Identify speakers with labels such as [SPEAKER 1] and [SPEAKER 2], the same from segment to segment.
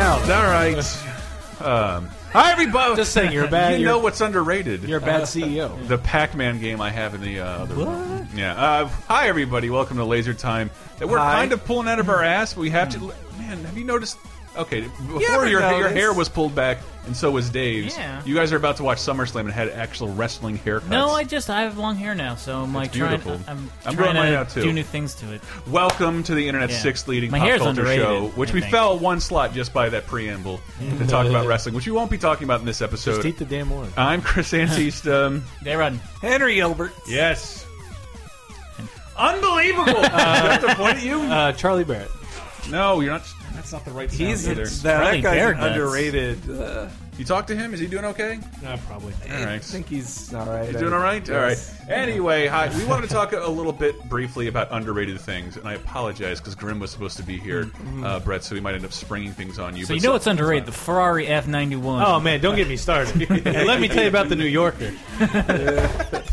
[SPEAKER 1] right. Um, hi, everybody.
[SPEAKER 2] Just saying, you're a bad-
[SPEAKER 1] You know
[SPEAKER 2] you're-
[SPEAKER 1] what's underrated?
[SPEAKER 2] You're a bad E CEO.
[SPEAKER 1] the Pac-Man game I have in the uh, other room. Yeah. Uh, hi, everybody. Welcome to Laser Time. That we're
[SPEAKER 3] Hi.
[SPEAKER 1] kind of pulling out of our ass. But we have
[SPEAKER 4] Hmm.
[SPEAKER 1] to. Man, have you noticed? Okay, before
[SPEAKER 3] ever
[SPEAKER 1] your your
[SPEAKER 3] notice?
[SPEAKER 1] hair was pulled back, and so was Dave's.
[SPEAKER 4] Yeah.
[SPEAKER 1] You guys are about to watch SummerSlam and had actual wrestling haircuts.
[SPEAKER 4] No, I just I have long hair now, so I'm like trying.
[SPEAKER 1] beautiful.
[SPEAKER 4] I'm,
[SPEAKER 1] I'm growing
[SPEAKER 4] trying
[SPEAKER 1] mine
[SPEAKER 4] to
[SPEAKER 1] out, too.
[SPEAKER 4] do new things to it.
[SPEAKER 1] Welcome to the internet's
[SPEAKER 4] Yeah.
[SPEAKER 1] sixth leading
[SPEAKER 4] My
[SPEAKER 1] pop
[SPEAKER 4] hair's
[SPEAKER 1] culture
[SPEAKER 4] underrated,
[SPEAKER 1] show, which
[SPEAKER 4] I
[SPEAKER 1] we
[SPEAKER 4] think.
[SPEAKER 1] fell one slot just by that preamble to talk about wrestling, which we won't be talking about in this episode.
[SPEAKER 2] Just eat the damn orange.
[SPEAKER 1] I'm Chris Antista.
[SPEAKER 4] They run.
[SPEAKER 3] Henry Elbert.
[SPEAKER 1] yes. Unbelievable! Is that the point at you?
[SPEAKER 2] Uh, Charlie Barrett.
[SPEAKER 1] no, you're not. That's not the right sound
[SPEAKER 3] He's
[SPEAKER 1] either.
[SPEAKER 3] that, that
[SPEAKER 4] Charlie
[SPEAKER 3] guy's
[SPEAKER 4] Bear nuts.
[SPEAKER 3] underrated. Uh,
[SPEAKER 1] You talk to him. Is he doing okay?
[SPEAKER 2] Nah, probably.
[SPEAKER 1] All
[SPEAKER 3] I
[SPEAKER 1] right.
[SPEAKER 3] think he's all right.
[SPEAKER 1] You're doing all right. All
[SPEAKER 3] Yes.
[SPEAKER 1] right. Anyway, hi. We wanted to talk a little bit briefly about underrated things, and I apologize because Grim was supposed to be here,
[SPEAKER 3] Mm-hmm.
[SPEAKER 1] uh, Brett. So we might end up springing things on you.
[SPEAKER 4] So
[SPEAKER 1] but
[SPEAKER 4] you know what's underrated? The Ferrari F91.
[SPEAKER 2] Oh man, don't get me started. And let me tell you about the New Yorker.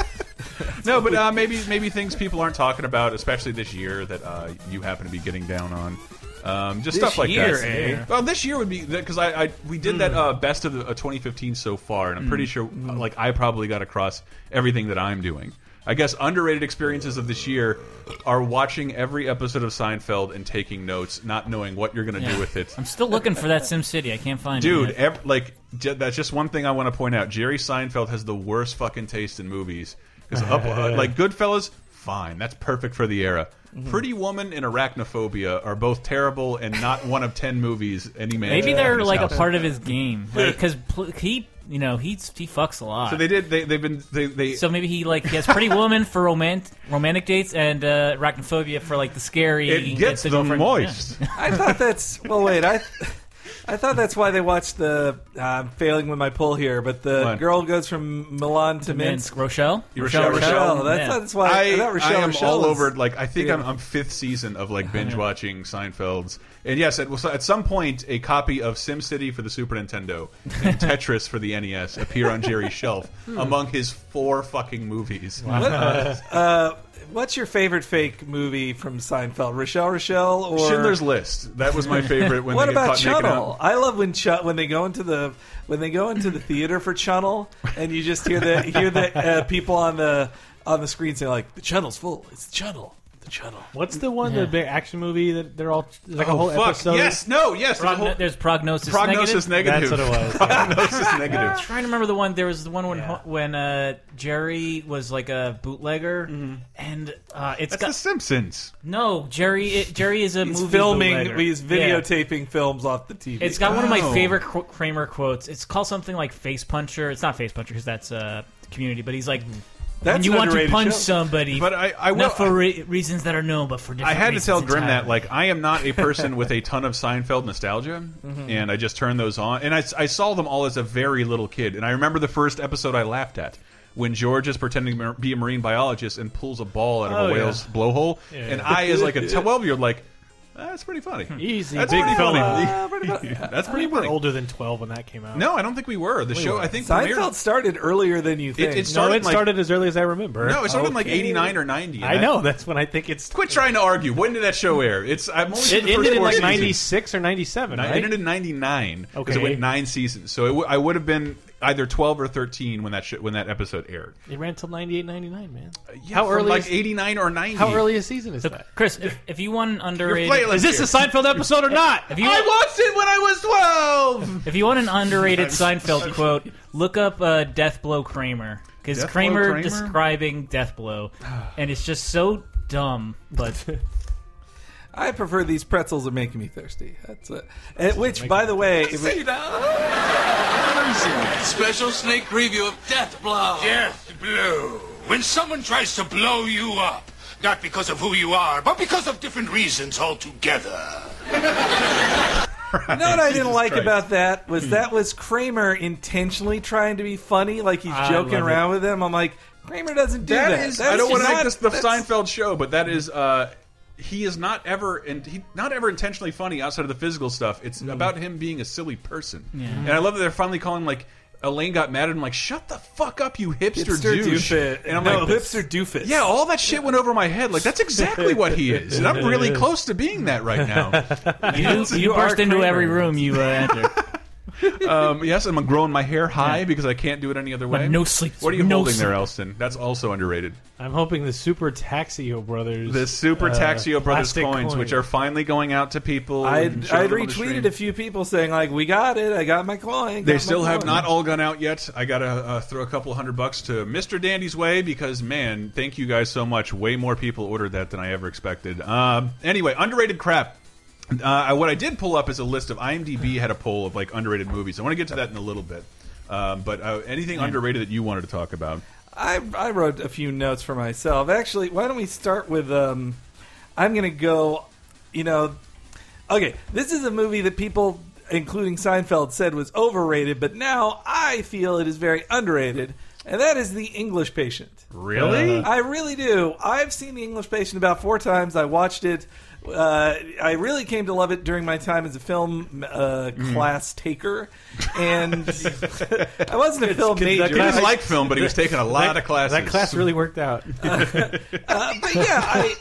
[SPEAKER 1] No, but uh, maybe maybe things people aren't talking about, especially this year that uh, you happen to be getting down on. Um, just
[SPEAKER 3] This
[SPEAKER 1] stuff like
[SPEAKER 3] year,
[SPEAKER 1] that.
[SPEAKER 3] eh? Hmm.
[SPEAKER 1] Well, this year would be because I, I we did that uh, best of the, uh, 2015 so far, and I'm pretty sure uh, like I probably got across everything that I'm doing. I guess underrated experiences of this year are watching every episode of Seinfeld and taking notes, not knowing what you're going to
[SPEAKER 4] Yeah.
[SPEAKER 1] do with it.
[SPEAKER 4] I'm still looking for that Sim City. I can't find
[SPEAKER 1] Dude,
[SPEAKER 4] it. yet.
[SPEAKER 1] ev like j that's just one thing I want to point out. Jerry Seinfeld has the worst fucking taste in movies. 'Cause up, uh, like Goodfellas, fine, that's perfect for the era. Pretty Woman and Arachnophobia are both terrible and not one of ten movies any man.
[SPEAKER 4] maybe
[SPEAKER 1] should have in
[SPEAKER 4] they're
[SPEAKER 1] his
[SPEAKER 4] like
[SPEAKER 1] house.
[SPEAKER 4] a part of his game because he, you know, he he fucks a lot.
[SPEAKER 1] So they did. They, they've been. They. they
[SPEAKER 4] So maybe he like he has Pretty Woman for romant romantic dates and uh, Arachnophobia for like the scary.
[SPEAKER 1] it gets
[SPEAKER 4] the
[SPEAKER 1] them
[SPEAKER 4] girlfriend-
[SPEAKER 1] moist.
[SPEAKER 3] I thought that's well. Wait, I I thought that's why they watched the. Uh, I'm failing with my pull here, but the
[SPEAKER 1] What?
[SPEAKER 3] girl goes from Milan to
[SPEAKER 4] Yeah.
[SPEAKER 3] Minsk.
[SPEAKER 4] Minsk, Rochelle,
[SPEAKER 3] Rochelle.
[SPEAKER 1] Rochelle, Rochelle,
[SPEAKER 3] That's,
[SPEAKER 4] Yeah.
[SPEAKER 3] that's why
[SPEAKER 1] I,
[SPEAKER 3] I thought Rochelle.
[SPEAKER 1] I am
[SPEAKER 3] Rochelle
[SPEAKER 1] all
[SPEAKER 3] is-
[SPEAKER 1] over. Like I think
[SPEAKER 3] yeah.
[SPEAKER 1] I'm, I'm fifth season of like binge watching Seinfeld's, and yes, at, at some point a copy of SimCity for the Super Nintendo and Tetris for the NES appear on Jerry's shelf
[SPEAKER 3] Hmm.
[SPEAKER 1] among his four fucking movies. Uh,
[SPEAKER 3] Uh, what's your favorite fake movie from Seinfeld? Rochelle, Rochelle, or
[SPEAKER 1] Schindler's List. That was my favorite. When
[SPEAKER 3] What
[SPEAKER 1] they
[SPEAKER 3] about
[SPEAKER 1] get caught naked
[SPEAKER 3] Chunnel?
[SPEAKER 1] out.
[SPEAKER 3] I love when Ch- when they go into the when they go into the theater for Chunnel, and you just hear the hear the uh, people on the on the screen saying like the Chunnel's full. It's the Chunnel. The Chunnel.
[SPEAKER 2] What's the one,
[SPEAKER 4] Yeah.
[SPEAKER 2] the big action movie that they're all there's like a
[SPEAKER 1] Oh
[SPEAKER 2] whole
[SPEAKER 1] fuck!
[SPEAKER 2] episode?
[SPEAKER 1] Yes, no, yes. there's a
[SPEAKER 4] Progno-
[SPEAKER 1] whole-
[SPEAKER 4] there's prognosis.
[SPEAKER 1] prognosis
[SPEAKER 4] negative.
[SPEAKER 1] negative.
[SPEAKER 2] That's what it was.
[SPEAKER 1] prognosis negative.
[SPEAKER 4] I'm trying to remember the one. There was the one when
[SPEAKER 2] Yeah.
[SPEAKER 4] when uh, Jerry was like a bootlegger, and uh,
[SPEAKER 1] Mm-hmm.
[SPEAKER 4] it's
[SPEAKER 1] That's
[SPEAKER 4] got
[SPEAKER 1] The Simpsons.
[SPEAKER 4] no Jerry. It, Jerry is a
[SPEAKER 3] He's
[SPEAKER 4] movie
[SPEAKER 3] filming.
[SPEAKER 4] bootlegger.
[SPEAKER 3] He's
[SPEAKER 4] Yeah.
[SPEAKER 3] videotaping films off the TV.
[SPEAKER 4] It's got one of my
[SPEAKER 1] Oh.
[SPEAKER 4] favorite Qu- Kramer quotes. It's called something like Face Puncher. It's not Face Puncher because that's uh, Community, but he's like,
[SPEAKER 1] Mm-hmm.
[SPEAKER 3] That's
[SPEAKER 4] when you
[SPEAKER 3] an
[SPEAKER 4] want to
[SPEAKER 3] underrated
[SPEAKER 4] punch
[SPEAKER 3] show.
[SPEAKER 4] somebody,
[SPEAKER 1] But I- I will-
[SPEAKER 4] not for re- reasons that are known, but for
[SPEAKER 1] I
[SPEAKER 4] different.
[SPEAKER 1] had to
[SPEAKER 4] reasons
[SPEAKER 1] tell Grim that
[SPEAKER 4] entirely.
[SPEAKER 1] like I am not a person with a ton of Seinfeld nostalgia,
[SPEAKER 2] Mm-hmm.
[SPEAKER 1] and I just turned those on, and I, I saw them all as a very little kid, and I remember the first episode I laughed at when George is pretending to be a marine biologist and pulls a ball out of
[SPEAKER 2] Oh,
[SPEAKER 1] a
[SPEAKER 2] yeah.
[SPEAKER 1] whale's blowhole, and I as like a twelve year old like. That's pretty funny.
[SPEAKER 2] Easy,
[SPEAKER 1] That's
[SPEAKER 2] big
[SPEAKER 1] pretty
[SPEAKER 2] fella.
[SPEAKER 1] funny. That's pretty
[SPEAKER 2] We were
[SPEAKER 1] funny.
[SPEAKER 2] older than twelve when that came out.
[SPEAKER 1] No, I don't think we were. The show, I think,
[SPEAKER 3] Seinfeld
[SPEAKER 1] premiered-
[SPEAKER 3] started earlier than you think.
[SPEAKER 1] it's-
[SPEAKER 2] no,
[SPEAKER 1] started
[SPEAKER 2] it
[SPEAKER 1] like-
[SPEAKER 2] started as early as I remember.
[SPEAKER 1] No, it started in like
[SPEAKER 3] Okay.
[SPEAKER 1] '89 or '90. and
[SPEAKER 2] I know that's when I think it's.
[SPEAKER 1] Quit trying to argue. When did that show air? It's I'm only seen
[SPEAKER 2] It
[SPEAKER 1] the first
[SPEAKER 2] ended in
[SPEAKER 1] four
[SPEAKER 2] like
[SPEAKER 1] seasons.
[SPEAKER 2] '96 or '97,
[SPEAKER 1] I
[SPEAKER 2] right?
[SPEAKER 1] ended in '99 because it
[SPEAKER 2] Okay.
[SPEAKER 1] went nine seasons. So it w I would have been either 12 or 13 when that sh when that episode aired.
[SPEAKER 2] It ran till 98, 99, man.
[SPEAKER 1] From,
[SPEAKER 2] how early?
[SPEAKER 1] Like
[SPEAKER 2] is,
[SPEAKER 1] 89 or 90.
[SPEAKER 2] how early a season is that?
[SPEAKER 4] Chris, if, if you want an underrated,
[SPEAKER 1] playlist-
[SPEAKER 2] Is this a Seinfeld episode or not?
[SPEAKER 4] If you-
[SPEAKER 1] I watched it when I was 12.
[SPEAKER 4] if you want an underrated Seinfeld quote, look up uh, Death Blow Kramer because
[SPEAKER 1] Death Blow
[SPEAKER 4] Kramer,
[SPEAKER 1] Kramer?
[SPEAKER 4] describing Death Blow, and it's just so dumb. But
[SPEAKER 3] I prefer these pretzels are making me thirsty. That's it. And- which, by the way, it was-
[SPEAKER 5] Special sneak preview of Death Blow.
[SPEAKER 6] Death blow. When someone tries to blow you up, not because of who you are, but because of different reasons altogether.
[SPEAKER 3] you know what I didn't like
[SPEAKER 1] Christ. Hmm.
[SPEAKER 3] about that was that was Kramer intentionally trying to be funny, like he's joking
[SPEAKER 4] love
[SPEAKER 3] around with them. I'm like, Kramer doesn't do that.
[SPEAKER 1] That is.
[SPEAKER 3] That's
[SPEAKER 1] I don't want to
[SPEAKER 3] just
[SPEAKER 1] make
[SPEAKER 3] not-
[SPEAKER 1] this the
[SPEAKER 3] that's-
[SPEAKER 1] Seinfeld show, but that is. Uh, he is not ever and he not ever intentionally funny outside of the physical stuff. It's about him being a silly person. And I love that they're finally calling like. Elaine got mad at him, like, "Shut the fuck up, you hipster,
[SPEAKER 3] Hipster
[SPEAKER 1] douche!"
[SPEAKER 3] doofus.
[SPEAKER 1] And I'm
[SPEAKER 3] no,
[SPEAKER 1] like,
[SPEAKER 3] hipster doofus.
[SPEAKER 1] Yeah, all that shit went over my head. Like that's exactly what he is, and I'm really close to being that right now.
[SPEAKER 4] you, you
[SPEAKER 3] you are
[SPEAKER 4] burst into
[SPEAKER 3] Kramer.
[SPEAKER 4] every room you uh, enter.
[SPEAKER 1] Um, yes, I'm growing my hair high because I can't do it any other way.
[SPEAKER 4] no sleep.
[SPEAKER 1] What are you
[SPEAKER 4] No
[SPEAKER 1] holding there,
[SPEAKER 4] sleep.
[SPEAKER 1] Elston? That's also underrated.
[SPEAKER 2] I'm hoping the Super Taxio Brothers.
[SPEAKER 1] The Super
[SPEAKER 2] uh,
[SPEAKER 1] Taxio Brothers
[SPEAKER 2] plastic
[SPEAKER 1] coins,
[SPEAKER 2] coin.
[SPEAKER 1] which are finally going out to people.
[SPEAKER 3] I
[SPEAKER 1] and showing
[SPEAKER 3] I
[SPEAKER 1] them on the
[SPEAKER 3] retweeted
[SPEAKER 1] stream.
[SPEAKER 3] a few people saying like, "We got it. I got my coin." got
[SPEAKER 1] They
[SPEAKER 3] my
[SPEAKER 1] still have
[SPEAKER 3] coin."
[SPEAKER 1] not all gone out yet. I gotta uh, throw a couple hundred bucks to Mr. Dandy's way because man, thank you guys so much. Way more people ordered that than I ever expected. Um, anyway, underrated crap. Uh, what I did pull up is a list of IMDb had a poll of like underrated movies. I want to get to that in a little bit. Um, but uh, anything underrated that you wanted to talk about?
[SPEAKER 3] I I wrote a few notes for myself. Actually, why don't we start with um I'm going to go you know okay, this is a movie that people including Seinfeld said was overrated, but now I feel it is very underrated, and that is The English Patient.
[SPEAKER 1] Really?
[SPEAKER 3] I really do. I've seen The English Patient about four times. I watched it. Uh, I really came to love it during my time as a film uh, class taker, and I wasn't a film major.
[SPEAKER 1] he didn't
[SPEAKER 3] I-
[SPEAKER 1] like film, but he was taking a lot of classes.
[SPEAKER 2] That class really worked out. A
[SPEAKER 3] Uh, but yeah, I,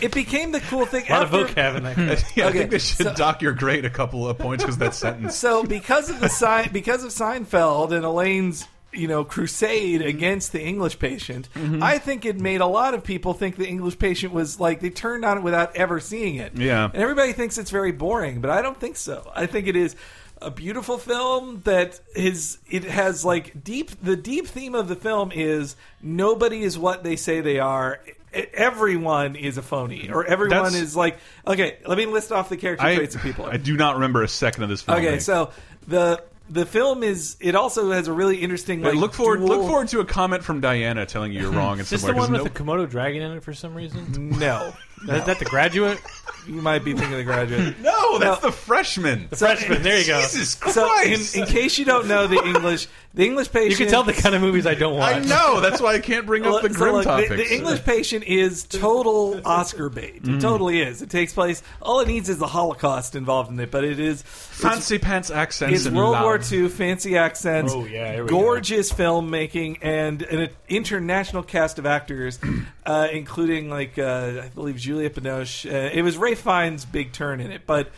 [SPEAKER 3] it became the cool thing.
[SPEAKER 2] lot of
[SPEAKER 3] after-
[SPEAKER 2] vocab in that.
[SPEAKER 1] yeah, I
[SPEAKER 3] Okay,
[SPEAKER 1] think they should
[SPEAKER 3] so-
[SPEAKER 1] dock your grade a couple of points because that sentence.
[SPEAKER 3] So because of the sign, because of Seinfeld and Elaine's, you know,
[SPEAKER 1] Mm-hmm.
[SPEAKER 3] crusade against the English patient, I think it made a lot of people think the English patient was like they turned on it without ever seeing it.
[SPEAKER 1] Yeah.
[SPEAKER 3] and everybody thinks it's very boring, but I don't think so. I think it is. A beautiful film that is it has like deep the deep theme of the film is nobody is what they say they are. E- Everyone is a phony, or everyone
[SPEAKER 1] That's-
[SPEAKER 3] is like okay. Let me list off the character
[SPEAKER 1] I,
[SPEAKER 3] traits of people.
[SPEAKER 1] I do not remember a second of this
[SPEAKER 2] Oh,
[SPEAKER 1] film.
[SPEAKER 3] Okay,
[SPEAKER 1] Nick.
[SPEAKER 3] so the the film is it also has a really interesting like
[SPEAKER 1] But look forward.
[SPEAKER 3] dual-
[SPEAKER 1] Look forward to a comment from Diana telling you you're wrong in
[SPEAKER 2] Is
[SPEAKER 1] some
[SPEAKER 2] this
[SPEAKER 1] way.
[SPEAKER 2] the one with
[SPEAKER 1] There's
[SPEAKER 2] the Komodo dragon in it for some reason?
[SPEAKER 3] No,
[SPEAKER 2] Is that the graduate?
[SPEAKER 3] you might be thinking of the graduate.
[SPEAKER 1] no, no, that's
[SPEAKER 3] No.
[SPEAKER 1] the freshman.
[SPEAKER 2] Freshman. There you go.
[SPEAKER 1] Jesus
[SPEAKER 3] So in,
[SPEAKER 1] Christ!
[SPEAKER 3] in case you don't know the English, the English patient.
[SPEAKER 2] You can tell the kind of movies I don't watch.
[SPEAKER 1] I know. That's why I can't bring up the
[SPEAKER 3] So,
[SPEAKER 1] grim
[SPEAKER 3] look,
[SPEAKER 1] topics.
[SPEAKER 3] The, English patient is total Oscar bait. It
[SPEAKER 2] Mm.
[SPEAKER 3] totally is. It takes place. All it needs is the Holocaust involved in it, but it is it's
[SPEAKER 1] fancy pants accents
[SPEAKER 3] It's
[SPEAKER 1] and
[SPEAKER 3] World
[SPEAKER 1] loud.
[SPEAKER 3] War II, fancy accents,
[SPEAKER 2] Oh, yeah, here we
[SPEAKER 3] gorgeous filmmaking, and an international cast of actors, uh, including like uh, I believe Julia Binoche. Uh, it was Ray Fiennes' big turn in it. But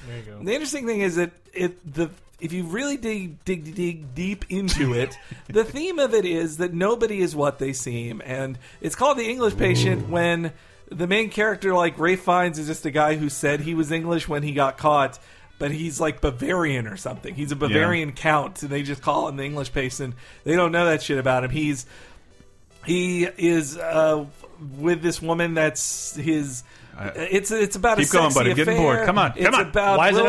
[SPEAKER 3] the interesting thing is that it the if you really dig dig dig deep into it, the theme of it is that nobody is what they seem, and it's called the English Patient when. The main character, like Ray Fiennes, is just a guy who said he was English when he got caught, but he's like Bavarian or something. He's a Bavarian count, and they just call him the English patient. They don't know that shit about him. He's he is uh, with this woman that's his. It's it's about
[SPEAKER 1] Keep
[SPEAKER 3] a
[SPEAKER 1] going,
[SPEAKER 3] sexy
[SPEAKER 1] buddy. I'm
[SPEAKER 3] affair.
[SPEAKER 1] getting bored. Come on.
[SPEAKER 3] it's
[SPEAKER 1] Come on.
[SPEAKER 3] About
[SPEAKER 2] Why is it
[SPEAKER 3] Willem-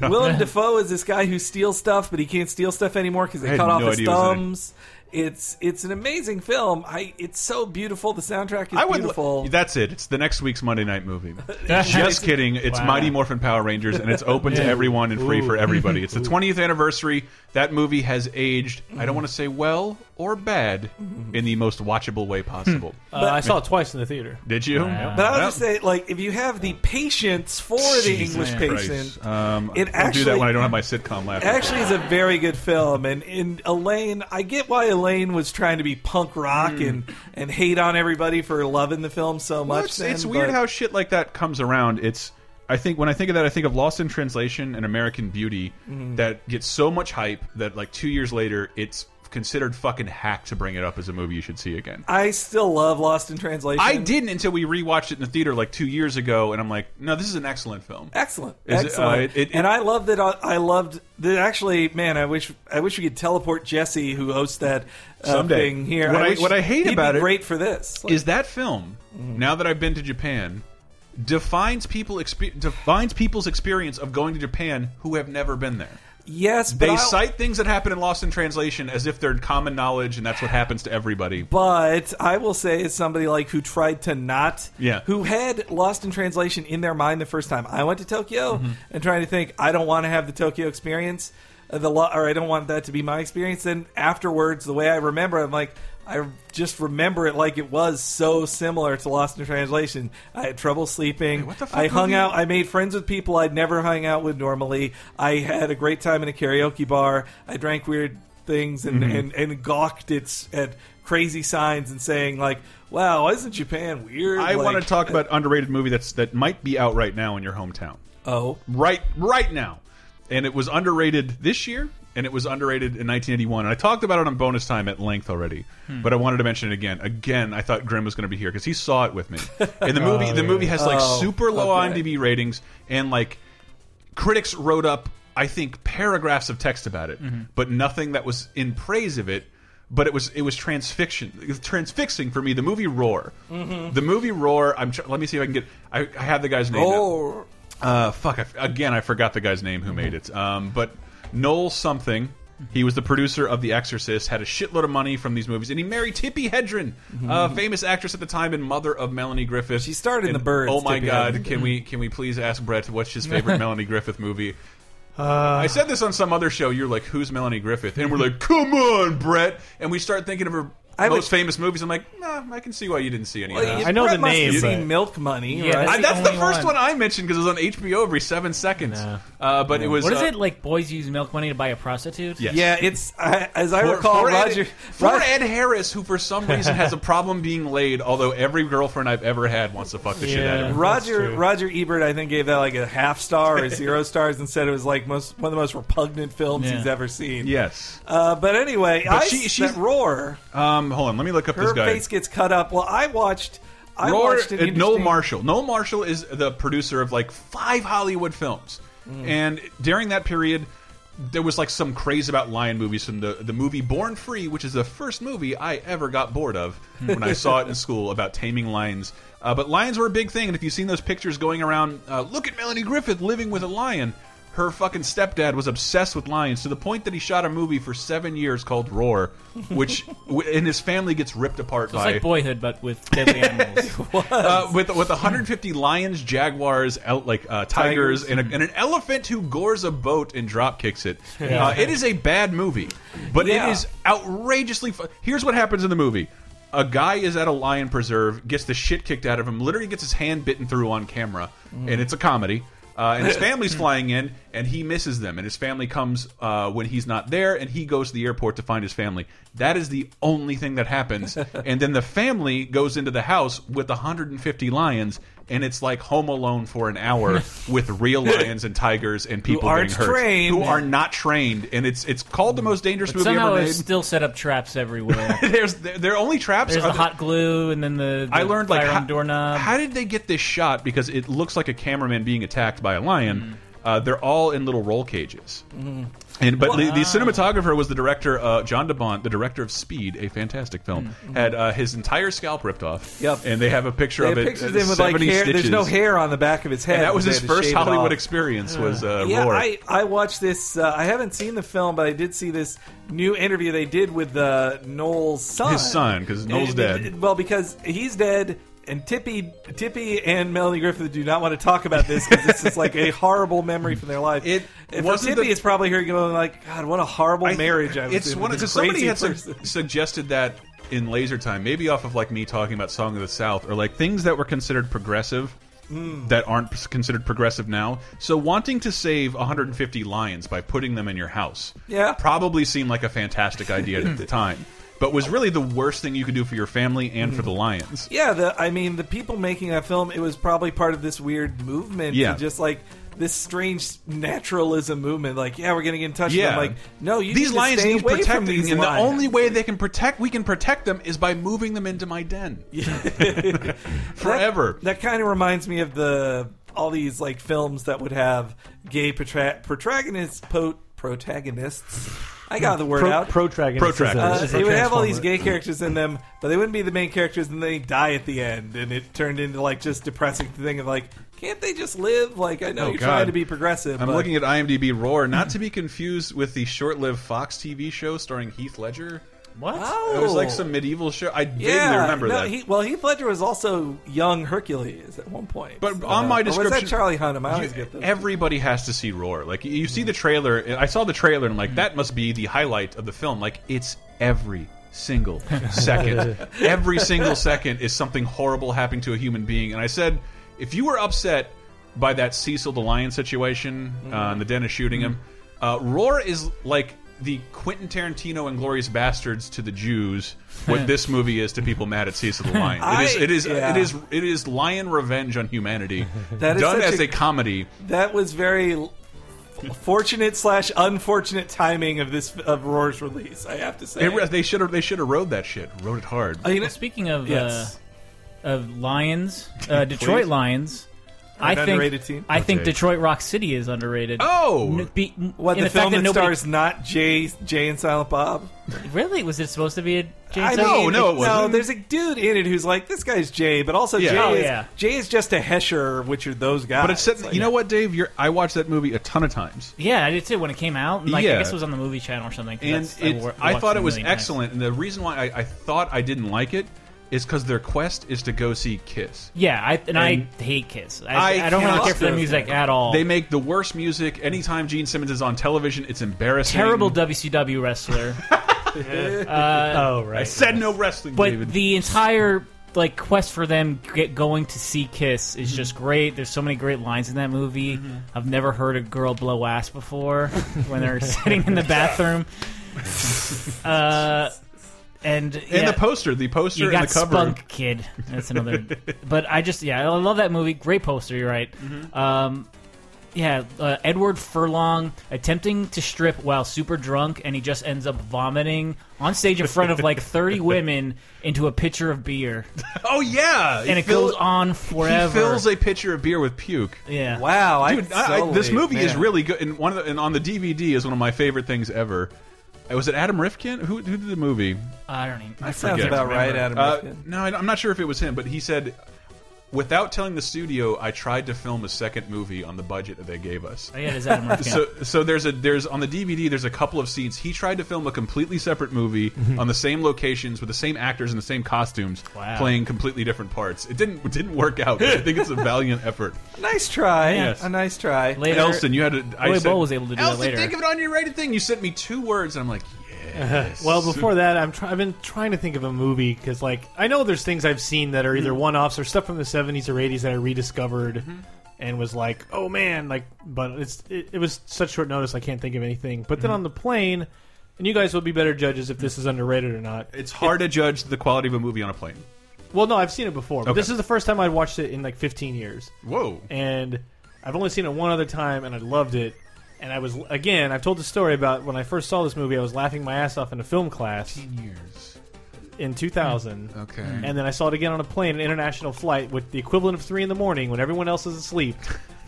[SPEAKER 3] Willem Dafoe is this guy who steals stuff, but he can't steal stuff anymore because
[SPEAKER 1] I
[SPEAKER 3] they
[SPEAKER 1] had
[SPEAKER 3] cut off
[SPEAKER 1] no
[SPEAKER 3] his
[SPEAKER 1] idea it was in it.
[SPEAKER 3] thumbs. It's it's an amazing film. I it's so beautiful. The soundtrack is
[SPEAKER 1] I would.
[SPEAKER 3] beautiful.
[SPEAKER 1] That's it. It's the next week's Monday night movie. Just kidding. It's Mighty Morphin Power Rangers, and it's open to everyone and free for everybody. It's the 20th anniversary. That movie has aged. I
[SPEAKER 3] Mm.
[SPEAKER 1] don't want to say well or bad
[SPEAKER 3] Mm-hmm.
[SPEAKER 1] in the most watchable way possible.
[SPEAKER 2] Uh, I saw it twice in the theater.
[SPEAKER 1] Did you?
[SPEAKER 3] But I would
[SPEAKER 1] Yeah.
[SPEAKER 3] just say, like, if you have the patience for the English
[SPEAKER 1] Christ.
[SPEAKER 3] patient,
[SPEAKER 1] Um,
[SPEAKER 3] it
[SPEAKER 1] I'll do that
[SPEAKER 3] actually-
[SPEAKER 1] when I don't have my sitcom laugh.
[SPEAKER 3] actually is a very good film. And in Elaine, I get why Elaine was trying to be punk rock and, and hate on everybody for loving the film so much.
[SPEAKER 1] Hmm. Well, it's,
[SPEAKER 3] then,
[SPEAKER 1] it's weird
[SPEAKER 3] but-
[SPEAKER 1] how shit like that comes around. It's I think when I think of that, I think of Lost in Translation and American Beauty
[SPEAKER 3] Mm-hmm.
[SPEAKER 1] that gets so much hype that like two years later, it's considered fucking hack to bring it up as a movie you should see again.
[SPEAKER 3] I still love Lost in Translation.
[SPEAKER 1] I didn't until we rewatched it in the theater like two years ago, and I'm like, no, this is an excellent film.
[SPEAKER 3] Excellent,
[SPEAKER 1] Is it-
[SPEAKER 3] excellent.
[SPEAKER 1] uh, it- it-
[SPEAKER 3] and I love that. I, I loved that. Actually, man, I wish I wish we could teleport Jesse, who hosts that uh,
[SPEAKER 1] Someday.
[SPEAKER 3] thing here.
[SPEAKER 1] What I-
[SPEAKER 3] wish
[SPEAKER 1] what I hate
[SPEAKER 3] he'd
[SPEAKER 1] about
[SPEAKER 3] be
[SPEAKER 1] it
[SPEAKER 3] great for this. Like,
[SPEAKER 1] Is that film?
[SPEAKER 3] Mm-hmm.
[SPEAKER 1] Now that I've been to Japan, defines people expe defines people's experience of going to Japan who have never been there.
[SPEAKER 3] yes, but
[SPEAKER 1] They
[SPEAKER 3] I'll-
[SPEAKER 1] cite things that happen in Lost in Translation as if they're common knowledge, and that's what happens to everybody.
[SPEAKER 3] But I will say, as somebody like who tried to not,
[SPEAKER 1] Yeah.
[SPEAKER 3] who had Lost in Translation in their mind the first time I went to Tokyo
[SPEAKER 1] Mm-hmm.
[SPEAKER 3] and trying to think, I don't want to have the Tokyo experience, uh, the lo- or I don't want that to be my experience. Then afterwards, the way I remember, it, I'm like, I just remember it like it was so similar to Lost in Translation. I had trouble sleeping.
[SPEAKER 1] what the fuck
[SPEAKER 3] I hung
[SPEAKER 1] movie?
[SPEAKER 3] out. I made friends with people I'd never hung out with normally. I had a great time in a karaoke bar. I drank weird things and, and, and gawked at, at crazy signs and saying like, "Wow, isn't Japan weird?"
[SPEAKER 1] I
[SPEAKER 3] Like,
[SPEAKER 1] want to talk about underrated movie that's that might be out right now in your hometown.
[SPEAKER 3] Oh,
[SPEAKER 1] Right right now. And it was underrated this year and it was underrated in 1981. And I talked about it on bonus time at length already, but I wanted to mention it again. Again, I thought Grimm was going to be here because he saw it with me. And the movie, the movie has like super low
[SPEAKER 3] okay.
[SPEAKER 1] IMDb ratings, and like critics wrote up, I think, paragraphs of text about it, but nothing that was in praise of it. But it was it was transfiction, it was transfixing for me. The movie Roar, the movie Roar. I'm tr let me see if I can get. I, I have the guy's name. now.
[SPEAKER 3] Oh,
[SPEAKER 1] Uh, fuck. I f again, I forgot the guy's name who made it. Um, but Noel something. He was the producer of The Exorcist, had a shitload of money from these movies, and he married Tippi Hedren, a famous actress at the time and mother of Melanie Griffith.
[SPEAKER 3] Mm-hmm. She starred in
[SPEAKER 1] And,
[SPEAKER 3] The Birds,
[SPEAKER 1] Oh my
[SPEAKER 3] Tippi
[SPEAKER 1] god!
[SPEAKER 3] Hedren.
[SPEAKER 1] Can we can we please ask Brett what's his favorite Melanie Griffith movie?
[SPEAKER 3] Uh,
[SPEAKER 1] I said this on some other show. You're like, who's Melanie Griffith? And we're like, come on, Brett. And we start thinking of her
[SPEAKER 3] I would-
[SPEAKER 1] most famous movies. I'm like, nah, I can see why you didn't see any of that.
[SPEAKER 3] Well,
[SPEAKER 2] I know
[SPEAKER 3] Brett
[SPEAKER 2] the
[SPEAKER 3] must have
[SPEAKER 2] name,
[SPEAKER 3] seen
[SPEAKER 2] but-
[SPEAKER 3] Milk Money,
[SPEAKER 4] Yeah,
[SPEAKER 3] right?
[SPEAKER 1] I-
[SPEAKER 4] the
[SPEAKER 1] that's the
[SPEAKER 4] only
[SPEAKER 1] first one,
[SPEAKER 4] one.
[SPEAKER 1] I mentioned because it was on HBO every seven seconds.
[SPEAKER 2] Nah.
[SPEAKER 1] Uh, but it was
[SPEAKER 4] What is
[SPEAKER 1] uh,
[SPEAKER 4] it like? Boys use milk money to buy a prostitute?
[SPEAKER 1] Yes.
[SPEAKER 3] yeah, it's I, as I
[SPEAKER 1] For,
[SPEAKER 3] recall,
[SPEAKER 1] for
[SPEAKER 3] Roger.
[SPEAKER 1] Ed, for
[SPEAKER 3] Roger-
[SPEAKER 1] Ed Harris, who for some reason has a problem being laid, although every girlfriend I've ever had wants to fuck the shit out of
[SPEAKER 2] Yeah.
[SPEAKER 1] him.
[SPEAKER 3] Roger
[SPEAKER 2] true.
[SPEAKER 3] Roger Ebert, I think, gave that like a half star or zero stars, and said it was like most one of the most repugnant films
[SPEAKER 4] Yeah.
[SPEAKER 3] he's ever seen.
[SPEAKER 1] Yes.
[SPEAKER 3] Uh, but anyway, I,
[SPEAKER 1] she-
[SPEAKER 3] she,
[SPEAKER 1] she's-
[SPEAKER 3] that roar.
[SPEAKER 1] Um, hold on, let me look up this
[SPEAKER 3] Her
[SPEAKER 1] guy.
[SPEAKER 3] face gets cut up. Well, I watched. I
[SPEAKER 1] Roar,
[SPEAKER 3] watched an
[SPEAKER 1] uh, Noel
[SPEAKER 3] interesting-
[SPEAKER 1] Marshall. Noel Marshall is the producer of like five Hollywood films,
[SPEAKER 3] Mm.
[SPEAKER 1] and during that period, there was like some craze about lion movies from the the movie Born Free, which is the first movie I ever got bored of when I saw it in school about taming lions. Uh, but lions were a big thing, and if you've seen those pictures going around, uh, look at Melanie Griffith living with a lion. Her fucking stepdad was obsessed with lions to the point that he shot a movie for seven years called Roar, which w- and his family gets ripped apart
[SPEAKER 4] It's
[SPEAKER 1] by
[SPEAKER 4] like Boyhood, but with deadly animals.
[SPEAKER 1] uh, with with 150 lions, jaguars, el- like uh, tigers, and, a, and an elephant who gores a boat and drop kicks it. Uh, it is a bad movie, but
[SPEAKER 3] Yeah.
[SPEAKER 1] it is outrageously. Fu Here's what happens in the movie. A guy is at a lion preserve, gets the shit kicked out of him, literally gets his hand bitten through on camera, and it's a comedy. Uh, and his family's flying in, and he misses them. And his family comes uh, when he's not there, and he goes to the airport to find his family. That is the only thing that happens. and then the family goes into the house with 150 lions, and it's like Home Alone for an hour with real lions and tigers and people
[SPEAKER 3] aren't
[SPEAKER 1] getting hurt
[SPEAKER 3] trained.
[SPEAKER 1] who are not trained. And it's it's called the most dangerous movie
[SPEAKER 4] Somehow
[SPEAKER 1] ever
[SPEAKER 4] it
[SPEAKER 1] made.
[SPEAKER 4] was still set up traps everywhere.
[SPEAKER 1] There's their only traps.
[SPEAKER 4] There's
[SPEAKER 1] are
[SPEAKER 4] the hot glue, and then the, the
[SPEAKER 1] I learned like
[SPEAKER 4] firearm
[SPEAKER 1] how,
[SPEAKER 4] doorknob.
[SPEAKER 1] how did they get this shot because it looks like a cameraman being attacked by a lion.
[SPEAKER 4] Mm.
[SPEAKER 1] Uh, they're all in little roll cages. And but the, the cinematographer was the director uh, John DeBont, the director of Speed, a fantastic film.
[SPEAKER 4] Mm.
[SPEAKER 1] Had uh, his entire scalp ripped off.
[SPEAKER 3] Yep.
[SPEAKER 1] And they have a picture
[SPEAKER 3] They
[SPEAKER 1] of
[SPEAKER 3] have
[SPEAKER 1] it.
[SPEAKER 3] pictures
[SPEAKER 1] uh,
[SPEAKER 3] of him with like
[SPEAKER 1] 70
[SPEAKER 3] hair. There's
[SPEAKER 1] stitches.
[SPEAKER 3] no hair on the back of his head.
[SPEAKER 1] And that was
[SPEAKER 3] They
[SPEAKER 1] his
[SPEAKER 3] had to
[SPEAKER 1] first
[SPEAKER 3] shave it
[SPEAKER 1] Hollywood
[SPEAKER 3] off.
[SPEAKER 1] experience. Was uh,
[SPEAKER 3] Yeah,
[SPEAKER 1] Roar.
[SPEAKER 3] I, I watched this. Uh, I haven't seen the film, but I did see this new interview they did with uh, Noel's son.
[SPEAKER 1] His son, 'cause Noel's
[SPEAKER 3] And-
[SPEAKER 1] dead.
[SPEAKER 3] and- well, because he's dead, and Tippy, Tippy, and Melanie Griffith do not want to talk about this because this is like a horrible memory from their life.
[SPEAKER 1] It
[SPEAKER 3] and for
[SPEAKER 1] wasn't
[SPEAKER 3] Tippy,
[SPEAKER 1] the-
[SPEAKER 3] it's probably her going like, "God, what a horrible
[SPEAKER 1] I-
[SPEAKER 3] marriage I was
[SPEAKER 1] it's
[SPEAKER 3] in."
[SPEAKER 1] one
[SPEAKER 3] with
[SPEAKER 1] of
[SPEAKER 3] this
[SPEAKER 1] because
[SPEAKER 3] crazy
[SPEAKER 1] somebody had sug-
[SPEAKER 3] person."
[SPEAKER 1] suggested that in Laser Time, maybe off of like me talking about Song of the South or like things that were considered progressive
[SPEAKER 3] Hmm.
[SPEAKER 1] that aren't p- considered progressive now. So wanting to save 150 lions by putting them in your house,
[SPEAKER 3] Yeah.
[SPEAKER 1] probably seemed like a fantastic idea at the time, but was really the worst thing you could do for your family and
[SPEAKER 3] Hmm.
[SPEAKER 1] for the lions.
[SPEAKER 3] Yeah, the I mean, the people making that film, it was probably part of this weird movement,
[SPEAKER 1] Yeah.
[SPEAKER 3] to just like this strange naturalism movement. Like, yeah, we're gonna get in touch
[SPEAKER 1] Yeah,
[SPEAKER 3] with them. Like, no, you
[SPEAKER 1] these
[SPEAKER 3] need
[SPEAKER 1] lions
[SPEAKER 3] to stay
[SPEAKER 1] need
[SPEAKER 3] away
[SPEAKER 1] protecting,
[SPEAKER 3] from these
[SPEAKER 1] and
[SPEAKER 3] lions.
[SPEAKER 1] the only way they can protect, we can protect them, is by moving them into my den forever.
[SPEAKER 3] that kind of reminds me of the all these like films that would have gay protra- protagonists, po- protagonists. I got the word out.
[SPEAKER 2] Protragonist.
[SPEAKER 1] Protragonist.
[SPEAKER 3] Uh, they would have all these gay characters in them, but they wouldn't be the main characters, and they die at the end. And it turned into like just depressing thing of like, can't they just live? Like, I know
[SPEAKER 1] Oh,
[SPEAKER 3] you're
[SPEAKER 1] God.
[SPEAKER 3] trying to be progressive.
[SPEAKER 1] I'm
[SPEAKER 3] but
[SPEAKER 1] looking at IMDb Roar, not to be confused with the short-lived Fox TV show starring Heath Ledger.
[SPEAKER 4] what?
[SPEAKER 3] oh,
[SPEAKER 1] It was like some medieval show. I vaguely
[SPEAKER 3] yeah,
[SPEAKER 1] remember
[SPEAKER 3] no,
[SPEAKER 1] that.
[SPEAKER 3] He, well, Heath Ledger was also young Hercules at one point.
[SPEAKER 1] But on my
[SPEAKER 3] or was
[SPEAKER 1] description-
[SPEAKER 3] that Charlie Hunnam? I always
[SPEAKER 1] You-
[SPEAKER 3] get those.
[SPEAKER 1] everybody has to see Roar. Like you see the trailer. I saw the trailer and like that must be the highlight of the film. Like it's every single second. every single second is something horrible happening to a human being. And I said, if you were upset by that Cecil the Lion situation uh,
[SPEAKER 3] Mm-hmm.
[SPEAKER 1] and the dentist shooting him, uh, Roar is like the Quentin Tarantino and Glorious Bastards to the Jews. What this movie is to people mad at Cecil the Lion. It is.
[SPEAKER 3] I-
[SPEAKER 1] It is.
[SPEAKER 3] yeah.
[SPEAKER 1] It is. It is lion revenge on humanity.
[SPEAKER 3] That is
[SPEAKER 1] done
[SPEAKER 3] such
[SPEAKER 1] as
[SPEAKER 3] a-
[SPEAKER 1] a comedy.
[SPEAKER 3] that was very fortunate slash unfortunate timing of this of Roar's release. I have to say,
[SPEAKER 1] They, they should have. They should have rode that shit. Rode it hard.
[SPEAKER 3] I mean,
[SPEAKER 4] Well, speaking of
[SPEAKER 3] yes,
[SPEAKER 4] uh, of Lions, uh, Detroit Lions. I think
[SPEAKER 3] underrated team?
[SPEAKER 4] I think
[SPEAKER 1] Okay.
[SPEAKER 4] Detroit Rock City is underrated.
[SPEAKER 1] Oh!
[SPEAKER 4] N- be- n-
[SPEAKER 3] what
[SPEAKER 4] in
[SPEAKER 3] the film
[SPEAKER 4] fact
[SPEAKER 3] that,
[SPEAKER 4] that nobody-
[SPEAKER 3] stars not Jay Jay and Silent Bob.
[SPEAKER 4] Really? Was it supposed to be a James?
[SPEAKER 1] know.
[SPEAKER 4] Ellsworth?
[SPEAKER 1] No, no, it
[SPEAKER 3] No,
[SPEAKER 1] wasn't.
[SPEAKER 3] there's a dude in it who's like, this guy's Jay, but also
[SPEAKER 1] Yeah.
[SPEAKER 3] Jay,
[SPEAKER 1] Oh,
[SPEAKER 3] is,
[SPEAKER 4] yeah.
[SPEAKER 3] Jay is just a Hesher, which are those guys.
[SPEAKER 1] but it's set.
[SPEAKER 3] Like-
[SPEAKER 1] you know what, Dave? You're, I watched that movie a ton of times,
[SPEAKER 4] Yeah, I did too when it came out. And like,
[SPEAKER 1] Yeah.
[SPEAKER 4] I guess it was on the movie channel or something. 'cause
[SPEAKER 1] and
[SPEAKER 4] that's-
[SPEAKER 1] it,
[SPEAKER 4] wa-
[SPEAKER 1] I,
[SPEAKER 4] watched
[SPEAKER 1] thought
[SPEAKER 4] a
[SPEAKER 1] it was
[SPEAKER 4] million times.
[SPEAKER 1] excellent. And the reason why I, I thought I didn't like it is because their quest is to go see Kiss.
[SPEAKER 4] Yeah, I,
[SPEAKER 1] And-
[SPEAKER 4] and, I hate Kiss. I,
[SPEAKER 1] I
[SPEAKER 4] I, don't really
[SPEAKER 1] cannot
[SPEAKER 4] care for their
[SPEAKER 3] do
[SPEAKER 4] music at all.
[SPEAKER 1] They make the worst music. Anytime Gene Simmons is on television, it's embarrassing.
[SPEAKER 4] terrible WCW wrestler. Uh,
[SPEAKER 2] Oh
[SPEAKER 1] I
[SPEAKER 2] right.
[SPEAKER 1] said no wrestling,
[SPEAKER 4] but
[SPEAKER 1] David.
[SPEAKER 4] the entire like quest for them get going to see Kiss
[SPEAKER 1] Mm-hmm.
[SPEAKER 4] is just great. There's so many great lines in that movie. I've never heard a girl blow ass before when they're sitting in the bathroom. uh, and
[SPEAKER 1] and
[SPEAKER 4] yeah,
[SPEAKER 1] the poster, the poster,
[SPEAKER 4] you
[SPEAKER 1] and
[SPEAKER 4] got
[SPEAKER 1] the cover.
[SPEAKER 4] spunk, kid. That's another. but I just yeah, I love that movie. Great poster. You're right.
[SPEAKER 1] Mm-hmm.
[SPEAKER 4] Um, yeah, uh, Edward Furlong attempting to strip while super drunk, and he just ends up vomiting on stage in front of like 30 women into a pitcher of beer,
[SPEAKER 1] Oh yeah,
[SPEAKER 4] and it goes on forever.
[SPEAKER 1] He fills a pitcher of beer with puke.
[SPEAKER 4] yeah.
[SPEAKER 3] wow, I-
[SPEAKER 1] Dude, I, I,
[SPEAKER 3] so
[SPEAKER 1] this
[SPEAKER 3] late,
[SPEAKER 1] movie is
[SPEAKER 3] man.
[SPEAKER 1] really good, and one of the, and on the DVD is one of my favorite things ever. Uh, Was it Adam Rifkin? Who, who did the movie?
[SPEAKER 4] I don't even.
[SPEAKER 3] That sounds
[SPEAKER 1] forget.
[SPEAKER 3] about right, Adam.
[SPEAKER 1] Uh,
[SPEAKER 3] Rifkin.
[SPEAKER 1] no, I- I'm not sure if it was him, but he said, without telling the studio, I tried to film a second movie on the budget that they gave us.
[SPEAKER 4] Oh, yeah, it is Adam Rifkin.
[SPEAKER 1] So, so there's a there's on the DVD there's a couple of scenes he tried to film a completely separate movie
[SPEAKER 3] Mm-hmm.
[SPEAKER 1] on the same locations with the same actors and the same costumes
[SPEAKER 4] Wow.
[SPEAKER 1] playing completely different parts. It didn't it didn't work out. but I think it's a valiant effort.
[SPEAKER 3] nice try,
[SPEAKER 1] Yes.
[SPEAKER 3] a nice try.
[SPEAKER 4] Later,
[SPEAKER 1] Elston, you had to. I
[SPEAKER 4] Roy
[SPEAKER 1] said,
[SPEAKER 4] Bull was able to do that
[SPEAKER 1] Elston,
[SPEAKER 4] later.
[SPEAKER 1] think of it on your rated thing. You sent me two words, and I'm like, yes.
[SPEAKER 2] Well, before that, I'm try- I've been trying to think of a movie because, like, I know there's things I've seen that are either
[SPEAKER 1] Mm-hmm.
[SPEAKER 2] one-offs or stuff from the '70s or '80s that I rediscovered and was like, "Oh man!" Like, but it's it, it was such short notice, I can't think of anything. But
[SPEAKER 1] Mm-hmm.
[SPEAKER 2] then on the plane, and you guys will be better judges if this is underrated or not.
[SPEAKER 1] Mm. it's hard to judge the quality of a movie on a plane.
[SPEAKER 2] Well, no, I've seen it before, but
[SPEAKER 1] Okay.
[SPEAKER 2] this is the first time I'd watched it in like 15 years.
[SPEAKER 1] Whoa.
[SPEAKER 2] and I've only seen it one other time, and I loved it. And I was again, I've told the story about when I first saw this movie. I was laughing my ass off in a film class
[SPEAKER 1] years.
[SPEAKER 2] in 2000,
[SPEAKER 1] Okay.
[SPEAKER 2] and then I saw it again on a plane, an international flight, with the equivalent of three in the morning when everyone else is asleep,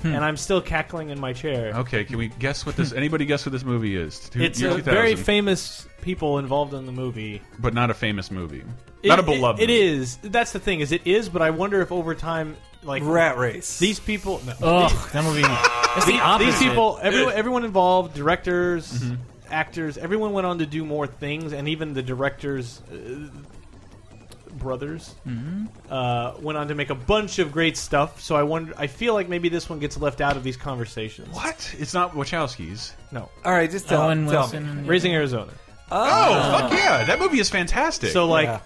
[SPEAKER 1] Hmm.
[SPEAKER 2] and I'm still cackling in my chair.
[SPEAKER 1] okay, can we guess what this? Anybody guess what this movie is? Oh, Two-
[SPEAKER 2] It's
[SPEAKER 1] year
[SPEAKER 2] a very
[SPEAKER 1] 2000,
[SPEAKER 2] famous people involved in the movie.
[SPEAKER 1] but not a famous movie,
[SPEAKER 2] It-
[SPEAKER 1] not a beloved.
[SPEAKER 2] It, it is. That's the thing is it is, but I wonder if over time, like
[SPEAKER 3] Rat race.
[SPEAKER 2] these people, no.
[SPEAKER 1] Oh,
[SPEAKER 4] Ugh, that movie. It's the opposite.
[SPEAKER 2] These people, everyone, everyone involved, directors,
[SPEAKER 1] Mm-hmm.
[SPEAKER 2] actors, everyone went on to do more things, and even the directors' uh, brothers
[SPEAKER 1] Mm-hmm.
[SPEAKER 2] uh, went on to make a bunch of great stuff. So I wonder, I feel like maybe this one gets left out of these conversations.
[SPEAKER 1] What? It's not Wachowskis.
[SPEAKER 2] No,
[SPEAKER 3] All right, just tell,
[SPEAKER 4] Owen
[SPEAKER 3] tell
[SPEAKER 4] Wilson.
[SPEAKER 3] me.
[SPEAKER 4] and-
[SPEAKER 2] Raising Arizona.
[SPEAKER 1] Oh, fuck yeah! That movie is fantastic.
[SPEAKER 2] So like,
[SPEAKER 3] Yeah.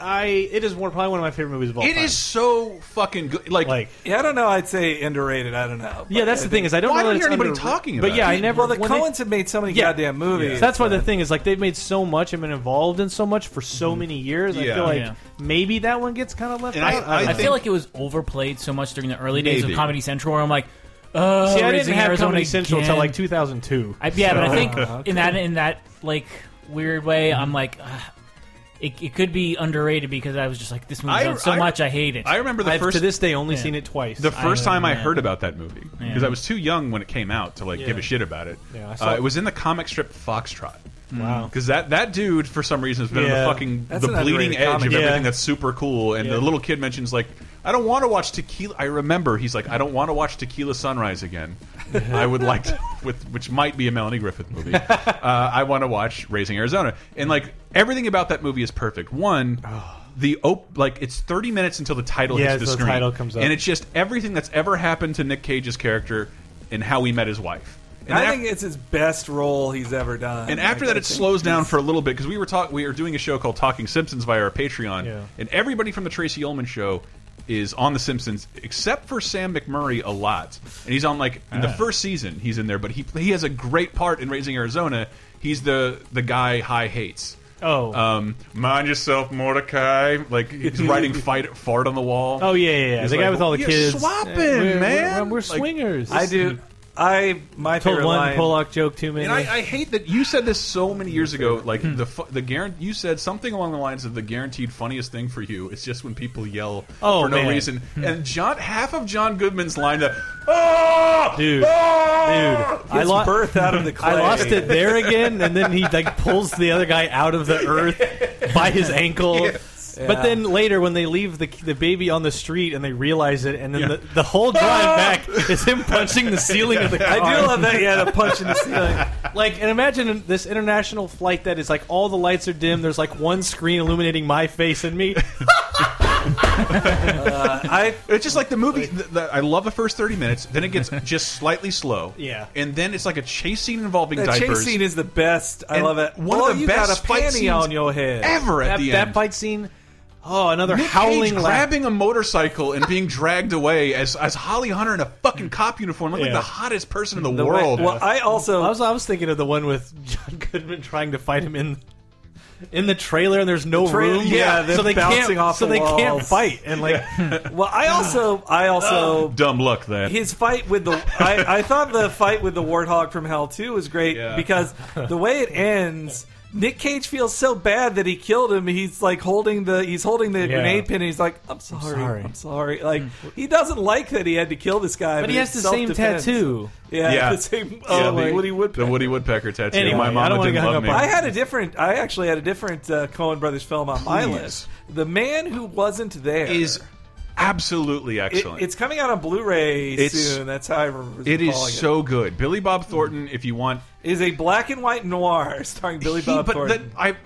[SPEAKER 2] I it is one, probably one of my favorite movies of all
[SPEAKER 1] it
[SPEAKER 2] time.
[SPEAKER 1] is so fucking good. Like,
[SPEAKER 2] like.
[SPEAKER 3] Yeah, I don't know. I'd say underrated. I don't know.
[SPEAKER 2] Yeah, that's the thing is I don't
[SPEAKER 1] Well, I
[SPEAKER 2] know
[SPEAKER 1] don't
[SPEAKER 2] that
[SPEAKER 1] hear
[SPEAKER 2] it's
[SPEAKER 1] anybody
[SPEAKER 2] under-
[SPEAKER 1] talking
[SPEAKER 2] But
[SPEAKER 1] about
[SPEAKER 2] yeah,
[SPEAKER 1] it.
[SPEAKER 2] I never.
[SPEAKER 3] well, the
[SPEAKER 2] when they-
[SPEAKER 3] Coens have made so many
[SPEAKER 2] Yeah.
[SPEAKER 3] goddamn movies.
[SPEAKER 2] So that's why the thing is like they've made so much and been involved in so much for so many years. I
[SPEAKER 1] Mm-hmm. Yeah.
[SPEAKER 2] feel like
[SPEAKER 4] Yeah.
[SPEAKER 2] maybe that one gets kind of left
[SPEAKER 1] And I-
[SPEAKER 2] out.
[SPEAKER 1] I
[SPEAKER 4] I
[SPEAKER 2] don't know.
[SPEAKER 1] think-
[SPEAKER 4] feel like it was overplayed so much during the early days
[SPEAKER 1] Maybe.
[SPEAKER 4] of Comedy Central. Where I'm like, uh,
[SPEAKER 2] See, I didn't
[SPEAKER 4] Raising
[SPEAKER 2] have
[SPEAKER 4] Arizona
[SPEAKER 2] Comedy Central until
[SPEAKER 4] again.
[SPEAKER 2] like 2002.
[SPEAKER 4] I, yeah, but I think
[SPEAKER 3] Ah, okay.
[SPEAKER 4] in that in that like weird way, I'm like, uh, it, it could be underrated because I was just like, this movie's
[SPEAKER 1] I-
[SPEAKER 4] on so
[SPEAKER 1] I-
[SPEAKER 4] much, I hate it.
[SPEAKER 1] I remember the
[SPEAKER 2] I've
[SPEAKER 1] first
[SPEAKER 2] to this day only
[SPEAKER 4] Yeah.
[SPEAKER 2] seen it twice.
[SPEAKER 1] The first
[SPEAKER 4] I-
[SPEAKER 1] time I
[SPEAKER 4] yeah.
[SPEAKER 1] heard about that movie because I was too young when it came out to like give a shit about it.
[SPEAKER 2] Yeah, I saw
[SPEAKER 1] uh,
[SPEAKER 2] it.
[SPEAKER 1] it was in the comic strip Foxtrot.
[SPEAKER 2] wow.
[SPEAKER 1] Because that, that dude, for some reason, has been on
[SPEAKER 2] Yeah.
[SPEAKER 1] the fucking
[SPEAKER 3] That's
[SPEAKER 1] the
[SPEAKER 3] an
[SPEAKER 1] bleeding
[SPEAKER 3] underrated
[SPEAKER 1] edge
[SPEAKER 3] comic.
[SPEAKER 1] of
[SPEAKER 2] Yeah.
[SPEAKER 1] everything that's super cool. And the
[SPEAKER 2] Yeah.
[SPEAKER 1] little kid mentions like, I don't want to watch Tequila. I remember he's like, I don't want to watch Tequila Sunrise again. I would like to, with which might be a Melanie Griffith movie. uh, I want to watch Raising Arizona. And like everything about that movie is perfect. One. The op like it's thirty minutes until the title
[SPEAKER 2] Oh. Yeah,
[SPEAKER 1] hits the
[SPEAKER 2] so the
[SPEAKER 1] screen,
[SPEAKER 2] title comes up.
[SPEAKER 1] and it's just everything that's ever happened to Nick Cage's character and how he met his wife. And
[SPEAKER 3] I
[SPEAKER 1] af-
[SPEAKER 3] think it's his best role he's ever done.
[SPEAKER 1] and after
[SPEAKER 3] Like,
[SPEAKER 1] that,
[SPEAKER 3] I
[SPEAKER 1] it
[SPEAKER 3] think-
[SPEAKER 1] slows down for a little bit because we were talk we were doing a show called Talking Simpsons via our Patreon,
[SPEAKER 2] Yeah.
[SPEAKER 1] and everybody from the Tracy Ullman show is on the Simpsons except for Sam McMurray a lot, and he's on like
[SPEAKER 2] Ah.
[SPEAKER 1] in the first season he's in there, but he he has a great part in Raising Arizona. He's the the guy High hates.
[SPEAKER 2] Oh.
[SPEAKER 1] Um, mind yourself, Mordecai. Like he's writing fight fart on the wall.
[SPEAKER 2] oh yeah, yeah, yeah.
[SPEAKER 1] He's
[SPEAKER 2] The guy
[SPEAKER 1] like,
[SPEAKER 2] with all the
[SPEAKER 1] "You're
[SPEAKER 2] kids.
[SPEAKER 1] swapping,
[SPEAKER 2] We're- we're-
[SPEAKER 1] man.
[SPEAKER 2] We're,
[SPEAKER 1] Like,
[SPEAKER 2] swingers.
[SPEAKER 3] I do. I my
[SPEAKER 2] Told
[SPEAKER 3] favorite
[SPEAKER 2] one
[SPEAKER 3] line.
[SPEAKER 2] Pollock joke too many.
[SPEAKER 1] And I, I hate that you said this so many years ago. Like the fu- the guarantee, you said something along the lines of the guaranteed funniest thing for you is just when people yell
[SPEAKER 2] Oh,
[SPEAKER 1] for no
[SPEAKER 2] man.
[SPEAKER 1] reason. And John, half of John Goodman's line, that oh,
[SPEAKER 2] Dude.
[SPEAKER 1] oh!
[SPEAKER 2] I
[SPEAKER 3] It's
[SPEAKER 2] lo-
[SPEAKER 3] birth out of the clay.
[SPEAKER 2] I lost it there again, and then he like pulls the other guy out of the earth by his ankle.
[SPEAKER 3] Yeah.
[SPEAKER 2] But then later, when they leave the, the baby on the street and they realize it, and then
[SPEAKER 1] Yeah. Ah!
[SPEAKER 2] the, the whole drive back is him punching the ceiling of the car.
[SPEAKER 3] I do love that. Yeah, the punch in the ceiling.
[SPEAKER 2] Like, and imagine this international flight that is like all the lights are dim. There's like one screen illuminating my face and me.
[SPEAKER 3] I
[SPEAKER 1] It's just like the movie. The, the, I love the first thirty minutes. Then it gets just slightly slow.
[SPEAKER 2] Yeah.
[SPEAKER 1] and then it's like a chase scene involving
[SPEAKER 3] that
[SPEAKER 1] diapers.
[SPEAKER 3] chase scene is the best. I
[SPEAKER 1] And
[SPEAKER 3] love it.
[SPEAKER 1] one of
[SPEAKER 3] oh,
[SPEAKER 1] the
[SPEAKER 3] you
[SPEAKER 1] best
[SPEAKER 3] got
[SPEAKER 1] fight
[SPEAKER 3] a panty
[SPEAKER 1] scenes
[SPEAKER 3] on your head.
[SPEAKER 1] ever at
[SPEAKER 2] that,
[SPEAKER 1] the
[SPEAKER 2] that
[SPEAKER 1] end.
[SPEAKER 2] fight scene. Oh, another
[SPEAKER 1] Nick
[SPEAKER 2] howling
[SPEAKER 1] Cage
[SPEAKER 2] laugh.
[SPEAKER 1] grabbing a motorcycle and being dragged away as as Holly Hunter in a fucking cop uniform, looking
[SPEAKER 2] Yeah.
[SPEAKER 1] like the hottest person in the,
[SPEAKER 3] The way-
[SPEAKER 1] world.
[SPEAKER 3] Well, I also
[SPEAKER 2] I was I was thinking of the one with John Goodman trying to fight him in in the trailer, and there's no
[SPEAKER 3] tra-
[SPEAKER 2] room.
[SPEAKER 3] yeah, them
[SPEAKER 2] so they
[SPEAKER 3] bouncing
[SPEAKER 2] can't
[SPEAKER 3] off
[SPEAKER 2] so
[SPEAKER 3] the
[SPEAKER 2] they can't
[SPEAKER 3] walls.
[SPEAKER 2] fight. And like,
[SPEAKER 3] well. I also I also
[SPEAKER 1] Dumb luck that.
[SPEAKER 3] his fight with the I, I thought the fight with the warthog from hell too was great
[SPEAKER 1] Yeah.
[SPEAKER 3] because the way it ends Nick Cage feels so bad that he killed him. He's like holding the he's holding the grenade pin. and He's like, I'm sorry, I'm sorry.
[SPEAKER 2] sorry."
[SPEAKER 3] Like he doesn't like that he had to kill this guy, but,
[SPEAKER 2] Hmm. but he has the
[SPEAKER 3] it's
[SPEAKER 2] same
[SPEAKER 3] self-defense.
[SPEAKER 2] tattoo.
[SPEAKER 3] Yeah,
[SPEAKER 1] Yeah.
[SPEAKER 3] the same.
[SPEAKER 1] Yeah,
[SPEAKER 3] Oh,
[SPEAKER 1] the-
[SPEAKER 3] like Woody Woodpecker.
[SPEAKER 1] The Woody Woodpecker tattoo.
[SPEAKER 2] Anyway,
[SPEAKER 1] My
[SPEAKER 2] I
[SPEAKER 1] mama
[SPEAKER 2] don't wanna
[SPEAKER 1] didn't
[SPEAKER 2] get hung
[SPEAKER 1] love
[SPEAKER 2] up on
[SPEAKER 1] me.
[SPEAKER 3] I had a different. I actually had a different uh, Cohen Brothers film on my
[SPEAKER 1] Please.
[SPEAKER 3] list. The man who wasn't there
[SPEAKER 1] Is absolutely
[SPEAKER 3] It-
[SPEAKER 1] excellent.
[SPEAKER 3] it's coming out on Blu-ray
[SPEAKER 1] It's-
[SPEAKER 3] soon. That's how I remember.
[SPEAKER 1] it is
[SPEAKER 3] calling
[SPEAKER 1] so good. Billy Bob Thornton, if you want
[SPEAKER 3] is a black and white noir starring Billy
[SPEAKER 1] He-
[SPEAKER 3] Bob
[SPEAKER 1] but
[SPEAKER 3] Thornton.
[SPEAKER 1] That, I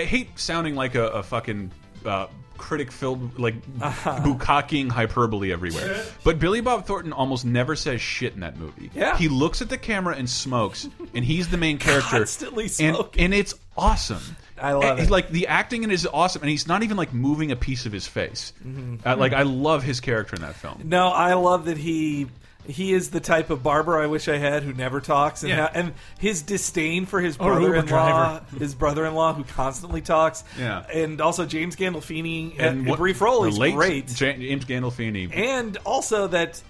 [SPEAKER 1] I hate sounding like a, a fucking uh, critic filled like bukaking hyperbole everywhere. But Billy Bob Thornton almost never says shit in that movie.
[SPEAKER 3] Yeah.
[SPEAKER 1] he looks at the camera and smokes, and he's the main character.
[SPEAKER 3] Constantly
[SPEAKER 1] and,
[SPEAKER 3] smoking.
[SPEAKER 1] and it's awesome.
[SPEAKER 3] I love
[SPEAKER 1] And-
[SPEAKER 3] it.
[SPEAKER 1] Like the acting in it is awesome, and he's not even like moving a piece of his face.
[SPEAKER 3] Mm-hmm.
[SPEAKER 1] Uh, like I love his character in that film.
[SPEAKER 3] no, I love that he he is the type of barber I wish I had who never talks, and how- and his disdain for
[SPEAKER 1] Oh,
[SPEAKER 3] his
[SPEAKER 2] Uber
[SPEAKER 3] brother-in-law,
[SPEAKER 2] driver.
[SPEAKER 3] his brother-in-law who constantly talks,
[SPEAKER 1] Yeah.
[SPEAKER 3] and also James Gandolfini and, and
[SPEAKER 1] what-
[SPEAKER 3] Brief Role is
[SPEAKER 1] the late
[SPEAKER 3] great.
[SPEAKER 1] James Gandolfini.
[SPEAKER 3] and also that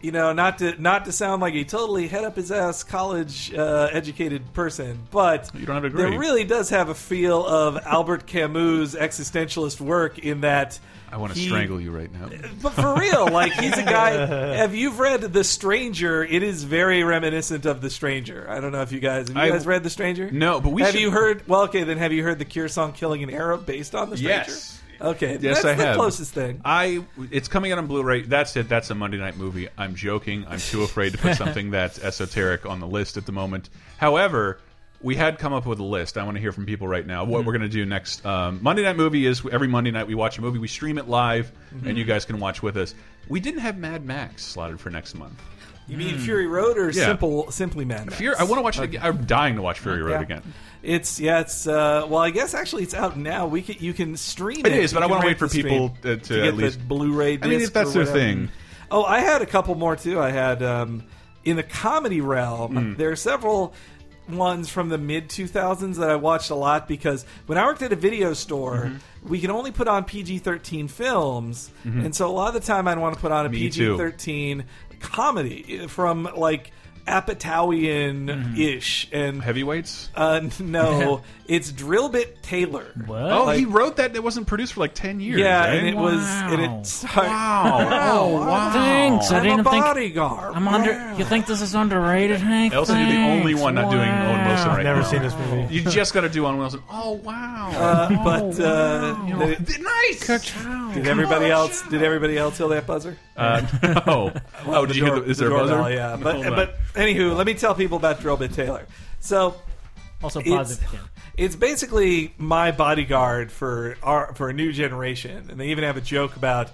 [SPEAKER 3] you know not to not to sound like a totally head up his ass college uh, educated person, but
[SPEAKER 1] You don't have a
[SPEAKER 3] there
[SPEAKER 1] degree.
[SPEAKER 3] really does have a feel of Albert Camus' existentialist work in that.
[SPEAKER 1] I want to
[SPEAKER 3] he-
[SPEAKER 1] strangle you right now.
[SPEAKER 3] But for real, like he's a guy. If you've read The Stranger, it is very reminiscent of The Stranger. I don't know if you guys have you
[SPEAKER 1] I-
[SPEAKER 3] guys read The Stranger.
[SPEAKER 1] No, but we
[SPEAKER 3] have
[SPEAKER 1] should-
[SPEAKER 3] you heard. Well, okay, then have you heard the Cure song "Killing an Arab" based on The Stranger?
[SPEAKER 1] Yes.
[SPEAKER 3] Okay.
[SPEAKER 1] Yes,
[SPEAKER 3] that's
[SPEAKER 1] I
[SPEAKER 3] the
[SPEAKER 1] have.
[SPEAKER 3] closest thing.
[SPEAKER 1] I it's coming out on Blu-ray. That's it. That's a Monday night movie. I'm joking. I'm too afraid to put something that's esoteric on the list at the moment. However, we had come up with a list. I want to hear from people right now.
[SPEAKER 3] Mm-hmm.
[SPEAKER 1] What we're going to do next um, Monday night movie is every Monday night we watch a movie. We stream it live,
[SPEAKER 3] Mm-hmm.
[SPEAKER 1] and you guys can watch with us. We didn't have Mad Max slotted for next month.
[SPEAKER 3] You mean Fury Road or
[SPEAKER 1] Yeah.
[SPEAKER 3] simple simply Mad Max?
[SPEAKER 1] Fear. I want to watch it. Again. I'm dying to watch Fury Road
[SPEAKER 3] Yeah.
[SPEAKER 1] again.
[SPEAKER 3] It's yeah, it's uh, well, I guess actually it's out now. We can, you can stream it.
[SPEAKER 1] It is, but
[SPEAKER 3] You
[SPEAKER 1] I
[SPEAKER 3] can
[SPEAKER 1] wanna
[SPEAKER 3] rent
[SPEAKER 1] wait for
[SPEAKER 3] the
[SPEAKER 1] people,
[SPEAKER 3] stream
[SPEAKER 1] uh, to
[SPEAKER 3] get
[SPEAKER 1] at least-
[SPEAKER 3] the Blu-ray.
[SPEAKER 1] I mean,
[SPEAKER 3] disc
[SPEAKER 1] if that's
[SPEAKER 3] or
[SPEAKER 1] their
[SPEAKER 3] whatever.
[SPEAKER 1] thing.
[SPEAKER 3] Oh, I had a couple more too. I had um, in the comedy realm.
[SPEAKER 1] Mm.
[SPEAKER 3] There are several ones from the mid 2000s that I watched a lot because when I worked at a video store,
[SPEAKER 1] Mm-hmm.
[SPEAKER 3] we could only put on PG-13 films, and so a lot of the time I'd want to put on a
[SPEAKER 1] Me too.
[SPEAKER 3] PG-13 comedy eh, from like Apatowian
[SPEAKER 1] Mm-hmm.
[SPEAKER 3] ish and
[SPEAKER 1] Heavyweights.
[SPEAKER 3] uh, no, it's Drillbit Taylor.
[SPEAKER 4] What?
[SPEAKER 1] Oh,
[SPEAKER 3] like-
[SPEAKER 1] he wrote that. It wasn't produced for like ten years.
[SPEAKER 3] Yeah,
[SPEAKER 1] right?
[SPEAKER 3] and it was, and
[SPEAKER 4] Wow.
[SPEAKER 3] it started.
[SPEAKER 1] Wow. Oh, wow.
[SPEAKER 4] Thanks. I
[SPEAKER 3] I'm a
[SPEAKER 4] didn't think.
[SPEAKER 3] bodyguard.
[SPEAKER 4] I'm under. You think this is underrated, Hank?
[SPEAKER 1] Elsa, you're the only one not doing Owen Wilson right
[SPEAKER 2] Never
[SPEAKER 1] now.
[SPEAKER 2] seen this movie.
[SPEAKER 1] You just got to do Owen Wilson. Oh wow!
[SPEAKER 3] Uh, but uh, did,
[SPEAKER 1] Th- nice.
[SPEAKER 3] did everybody else? Did everybody else hear that buzzer?
[SPEAKER 1] Uh, no. oh, did you hear?
[SPEAKER 3] door-
[SPEAKER 1] The, is there a
[SPEAKER 3] doorbell,
[SPEAKER 1] buzzer?
[SPEAKER 3] Yeah, but
[SPEAKER 1] Hold on.
[SPEAKER 3] but anywho, let me tell people about Drillbit Taylor. So
[SPEAKER 4] Also
[SPEAKER 3] it's,
[SPEAKER 4] positive. Ken.
[SPEAKER 3] it's basically my bodyguard for our for a new generation, and they even have a joke about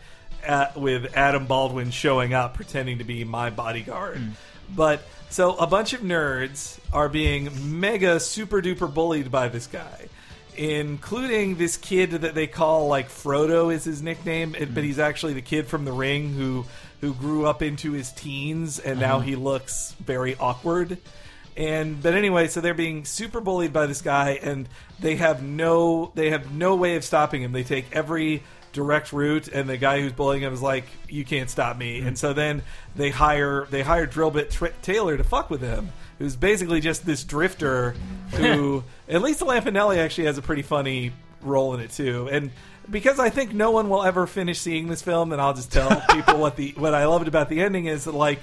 [SPEAKER 3] uh, with Adam Baldwin showing up pretending to be my bodyguard.
[SPEAKER 4] Hmm.
[SPEAKER 3] But so a bunch of nerds are being mega super duper bullied by this guy. Including this kid that they call like Frodo is his nickname, but
[SPEAKER 4] Hmm.
[SPEAKER 3] he's actually the kid from The Ring who who grew up into his teens and
[SPEAKER 4] Uh-huh.
[SPEAKER 3] now he looks very awkward. And but anyway, so they're being super bullied by this guy, and they have no they have no way of stopping him. They take every direct route, and the guy who's bullying him is like, "You can't stop me." And so then they hire they hire Drillbit Tr- Taylor to fuck with him, who's basically just this drifter who, at least Lampanelli actually has a pretty funny role in it too, and. Because I think no one will ever finish seeing this film, and I'll just tell people what the what I loved about the ending is that like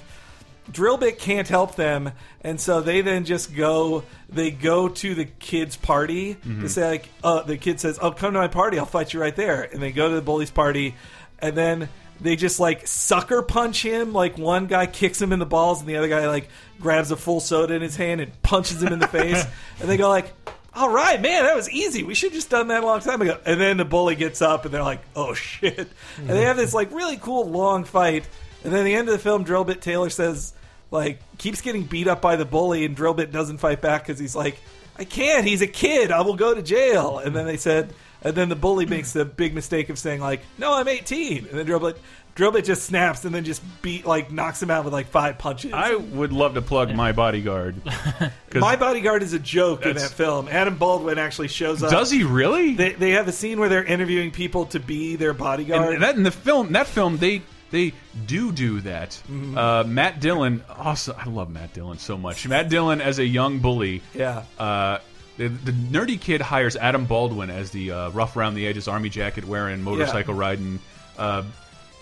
[SPEAKER 3] Drillbit can't help them, and so they then just go. They go to the kid's party to say, like, uh, the kid says, "Oh, come to my party, I'll fight you right there." And they go to the bully's party, and then they just like sucker punch him. Like one guy kicks him in the balls, and the other guy like grabs a full soda in his hand and punches him in the face. And they go like, "All right, man, that was easy. We should have just done that a long time ago." And then the bully gets up, and they're like, "Oh shit!" And they have this like really cool long fight. And then at the end of the film, Drillbit Taylor says, like, keeps getting beat up by the bully, and Drillbit doesn't fight back because he's like, I can't, he's a kid, I will go to jail. And then they said, and then the bully makes the big mistake of saying, like, no, I'm 18. And then Drillbit, Drillbit just snaps and then just beat, like, knocks him out with, like, five punches.
[SPEAKER 1] I would love to plug my bodyguard. 'Cause
[SPEAKER 3] My Bodyguard is a joke in
[SPEAKER 1] That's-
[SPEAKER 3] that film. Adam Baldwin actually shows up.
[SPEAKER 1] does he really?
[SPEAKER 3] They, they have a scene where they're interviewing people to be their bodyguard.
[SPEAKER 1] and that in the film that film they they do do that.
[SPEAKER 3] Mm-hmm.
[SPEAKER 1] Uh, Matt Dillon, awesome. I love Matt Dillon so much. Matt Dillon as a young bully.
[SPEAKER 3] Yeah.
[SPEAKER 1] Uh, the, the nerdy kid hires Adam Baldwin as the uh, rough around the edges army jacket wearing motorcycle riding. Uh,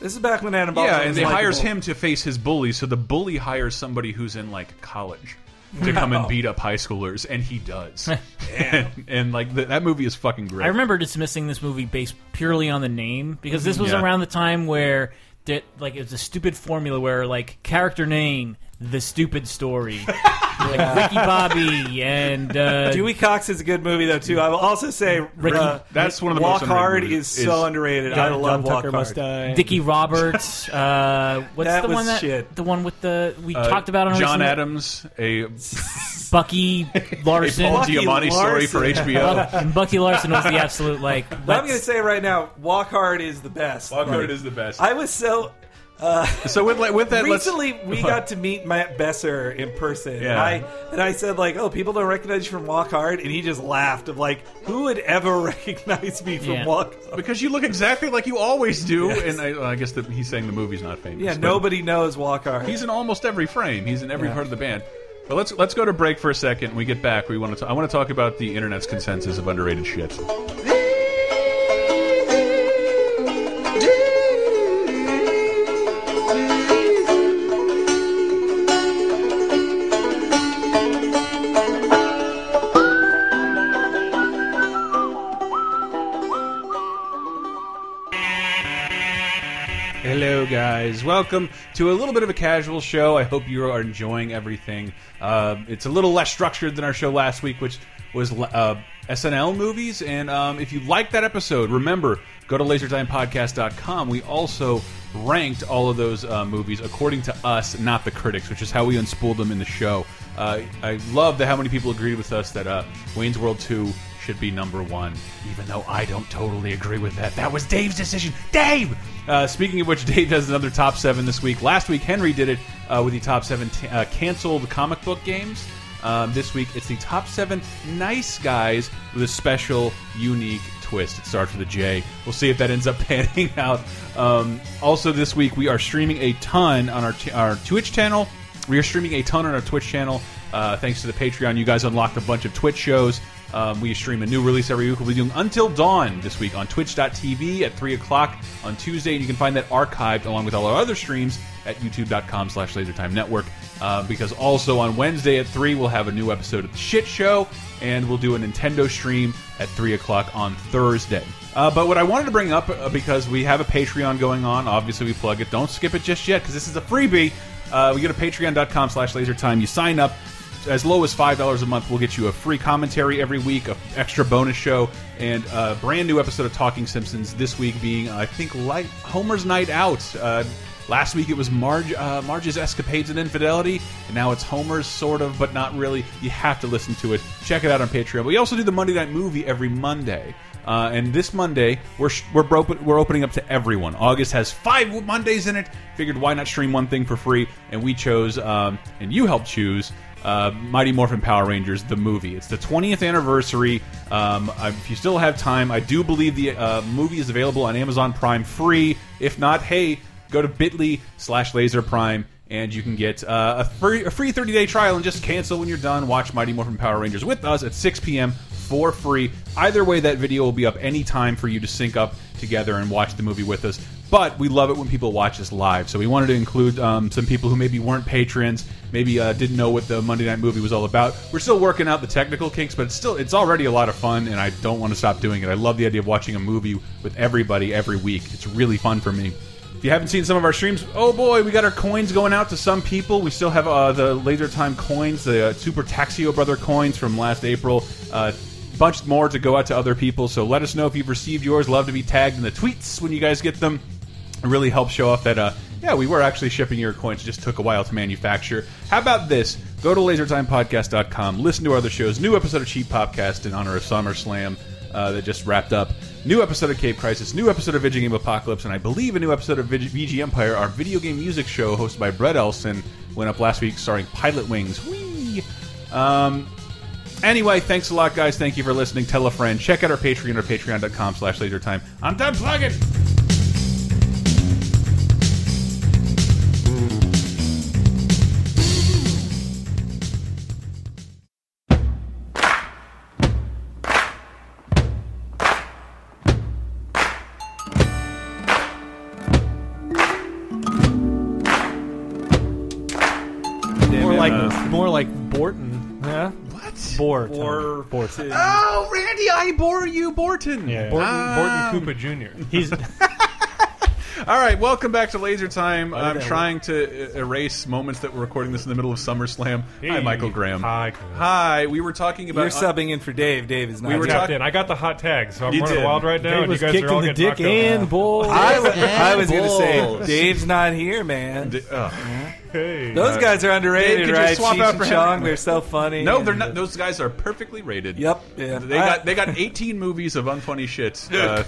[SPEAKER 3] this is back when Adam Baldwin
[SPEAKER 1] yeah, and
[SPEAKER 3] was
[SPEAKER 1] they hires
[SPEAKER 3] likable.
[SPEAKER 1] him to face his bully. So the bully hires somebody who's in like college to come and beat up high schoolers, and he does. and, and, like th that movie is fucking great.
[SPEAKER 4] I remember dismissing this movie based purely on the name because this was
[SPEAKER 1] Yeah.
[SPEAKER 4] around the time where that like it was a stupid formula where like character name, the stupid story, like Ricky Bobby and uh,
[SPEAKER 3] Dewey Cox is a good movie though too. I will also say
[SPEAKER 4] Ricky-
[SPEAKER 3] uh,
[SPEAKER 1] That's one of the
[SPEAKER 3] Walk
[SPEAKER 1] most underrated
[SPEAKER 3] Hard
[SPEAKER 1] movies,
[SPEAKER 3] is, so
[SPEAKER 1] is-
[SPEAKER 3] underrated. I
[SPEAKER 2] John-
[SPEAKER 3] love
[SPEAKER 2] John
[SPEAKER 3] Walk
[SPEAKER 2] Tucker
[SPEAKER 3] Hard.
[SPEAKER 2] Must Die.
[SPEAKER 4] Dickie Roberts. Uh, what's
[SPEAKER 3] That
[SPEAKER 4] the
[SPEAKER 3] was
[SPEAKER 4] one that
[SPEAKER 3] shit.
[SPEAKER 4] the one with the we
[SPEAKER 1] Uh,
[SPEAKER 4] talked about on our
[SPEAKER 1] John
[SPEAKER 4] recent-
[SPEAKER 1] Adams, a
[SPEAKER 4] Bucky Larson.
[SPEAKER 1] Paul
[SPEAKER 3] Bucky
[SPEAKER 1] Giamatti story for
[SPEAKER 3] Larson.
[SPEAKER 1] HBO.
[SPEAKER 4] Buck- and Bucky Larson was the absolute like.
[SPEAKER 3] But I'm going to say right now, Walk Hard is the best.
[SPEAKER 1] Walk
[SPEAKER 3] Like,
[SPEAKER 1] Hard is the best.
[SPEAKER 3] I was so uh,
[SPEAKER 1] so with like, with that, let's-
[SPEAKER 3] recently we got to meet Matt Besser in person,
[SPEAKER 1] Yeah.
[SPEAKER 3] and I and I said like, "Oh, people don't recognize you from Walk Hard," and he just laughed of like, "Who would ever recognize me from
[SPEAKER 4] Yeah.
[SPEAKER 3] Walk?" Hard?
[SPEAKER 1] because you look exactly like you always do, and I, well, I guess that he's saying the movie's not famous.
[SPEAKER 3] Yeah,
[SPEAKER 1] but
[SPEAKER 3] nobody knows Walk Hard.
[SPEAKER 1] He's in almost every frame. He's in every part of the band. But let's let's go to break for a second. When we get back. We want to. I want to talk about the internet's consensus of underrated shit. Hello, guys. Welcome to a little bit of a casual show. I hope you are enjoying everything. Uh, it's a little less structured than our show last week, which was uh, SNL movies. And um, if you liked that episode, remember go to lasertimepodcast.com. We also ranked all of those uh, movies according to us, not the critics, which is how we unspooled them in the show. Uh, I love that how many people agreed with us that uh, Wayne's World 2 should be number one, even though I don't totally agree with that. That was Dave's decision. Dave! Uh, speaking of which, Dave does another top seven this week. Last week, Henry did it uh, with the top seven t- uh, canceled comic book games. Um, this week, it's the top seven nice guys with a special, unique twist. It starts with a J. We'll see if that ends up panning out. Um, also, this week, we are streaming a ton on our, t- our Twitch channel. We are streaming a ton on our Twitch channel. Uh, thanks to the Patreon, you guys unlocked a bunch of Twitch shows. Um, we stream a new release every week. We'll be doing Until Dawn this week on twitch.tv at 3 o'clock on Tuesday. And you can find that archived along with all our other streams at youtube.com slash lasertime network. Uh, because also on Wednesday at 3, we'll have a new episode of The Shit Show. And we'll do a Nintendo stream at 3 o'clock on Thursday. Uh, but what I wanted to bring up, uh, because we have a Patreon going on, obviously we plug it. Don't skip it just yet, because this is a freebie. Uh, we go to patreon.com slash lasertime. You sign up as low as five dollars a month will get you a free commentary every week, a extra bonus show, and a brand new episode of Talking Simpsons. This week being, I think, light Homer's Night Out. Uh, last week it was Marge, uh, Marge's escapades and infidelity, and now it's Homer's sort of, but not really. You have to listen to it. Check it out on Patreon. We also do the Monday Night Movie every Monday. Uh, and this Monday, we're sh- we're bro- we're opening up to everyone. August has five Mondays in it. Figured why not stream one thing for free? And we chose, um, and you helped choose uh, Mighty Morphin Power Rangers the movie. It's the 20th anniversary. Um, I- if you still have time, I do believe the uh, movie is available on Amazon Prime free. If not, hey, go to bit.ly slash laser prime and you can get uh, a, free, a free 30 day trial and just cancel when you're done. Watch Mighty Morphin Power Rangers with us at 6 p.m. for free. Either way, that video will be up any time for you to sync up together and watch the movie with us. But we love it when people watch us live. So we wanted to include um, some people who maybe weren't patrons, maybe uh, didn't know what the Monday night movie was all about. We're still working out the technical kinks, but it's still it's already a lot of fun, and I don't want to stop doing it. I love the idea of watching a movie with everybody every week. It's really fun for me. If you haven't seen some of our streams, oh boy, we got our coins going out to some people. We still have uh, the Laser Time coins, the uh, Super Taxio Brother coins from last April. Uh, bunch more to go out to other people. So let us know if you've received yours. Love to be tagged in the tweets when you guys get them. It really helps show off that uh, yeah, we were actually shipping your coins. It just took a while to manufacture. How about this? Go to lasertimepodcast.com. Listen to our other shows. New episode of Cheap Popcast in honor of SummerSlam uh, that just wrapped up. New episode of Cape Crisis, new episode of Video Game Apocalypse, and I believe a new episode of VG, VG Empire, our video game music show hosted by Brett Elson, went up last week starring Pilot Wings. Whee! Um, anyway, thanks a lot, guys. Thank you for listening. Tell a friend. Check out our Patreon or patreon.com slash lasertime. I'm done plugging!
[SPEAKER 2] More like
[SPEAKER 1] Uh,
[SPEAKER 2] more like Borton. Yeah.
[SPEAKER 1] What?
[SPEAKER 2] Bort.
[SPEAKER 7] Or
[SPEAKER 2] Borton.
[SPEAKER 1] oh, Randy, I bore you, Borton! Um,
[SPEAKER 2] Yeah.
[SPEAKER 7] Borton,
[SPEAKER 2] Ah.
[SPEAKER 7] Borton Koopa Jr.
[SPEAKER 2] He's
[SPEAKER 1] All right, welcome back to Laser Time. I'm trying to e- erase moments that we're recording this in the middle of SummerSlam. Hi,
[SPEAKER 7] Hey.
[SPEAKER 1] Michael Graham.
[SPEAKER 7] Hi.
[SPEAKER 1] Hi, we were talking about. uh,
[SPEAKER 3] You're subbing in for Dave. Dave is not.
[SPEAKER 1] We were
[SPEAKER 3] here.
[SPEAKER 7] Tapped in. I got the hot tag, so I'm
[SPEAKER 1] You
[SPEAKER 7] running
[SPEAKER 1] did.
[SPEAKER 7] wild right now,
[SPEAKER 2] he
[SPEAKER 7] and you
[SPEAKER 2] was
[SPEAKER 7] guys
[SPEAKER 2] kicked
[SPEAKER 7] are all
[SPEAKER 2] in the
[SPEAKER 7] getting
[SPEAKER 2] dick
[SPEAKER 7] knocked out.
[SPEAKER 2] and bull.
[SPEAKER 3] I, wa- I was going to say
[SPEAKER 8] balls.
[SPEAKER 3] Dave's not here, man.
[SPEAKER 1] D- ugh.
[SPEAKER 7] Hey.
[SPEAKER 3] Those guys are
[SPEAKER 1] Uh, Dave,
[SPEAKER 3] underrated,
[SPEAKER 1] could you
[SPEAKER 3] right?
[SPEAKER 1] swap
[SPEAKER 3] Cheech
[SPEAKER 1] out
[SPEAKER 3] and
[SPEAKER 1] for him?
[SPEAKER 3] Chong, they're so funny.
[SPEAKER 1] No,
[SPEAKER 3] and-
[SPEAKER 1] they're not. Those guys are perfectly rated.
[SPEAKER 3] Yep, yeah.
[SPEAKER 1] They
[SPEAKER 3] I-
[SPEAKER 1] got they got 18 movies of unfunny shit. Uh,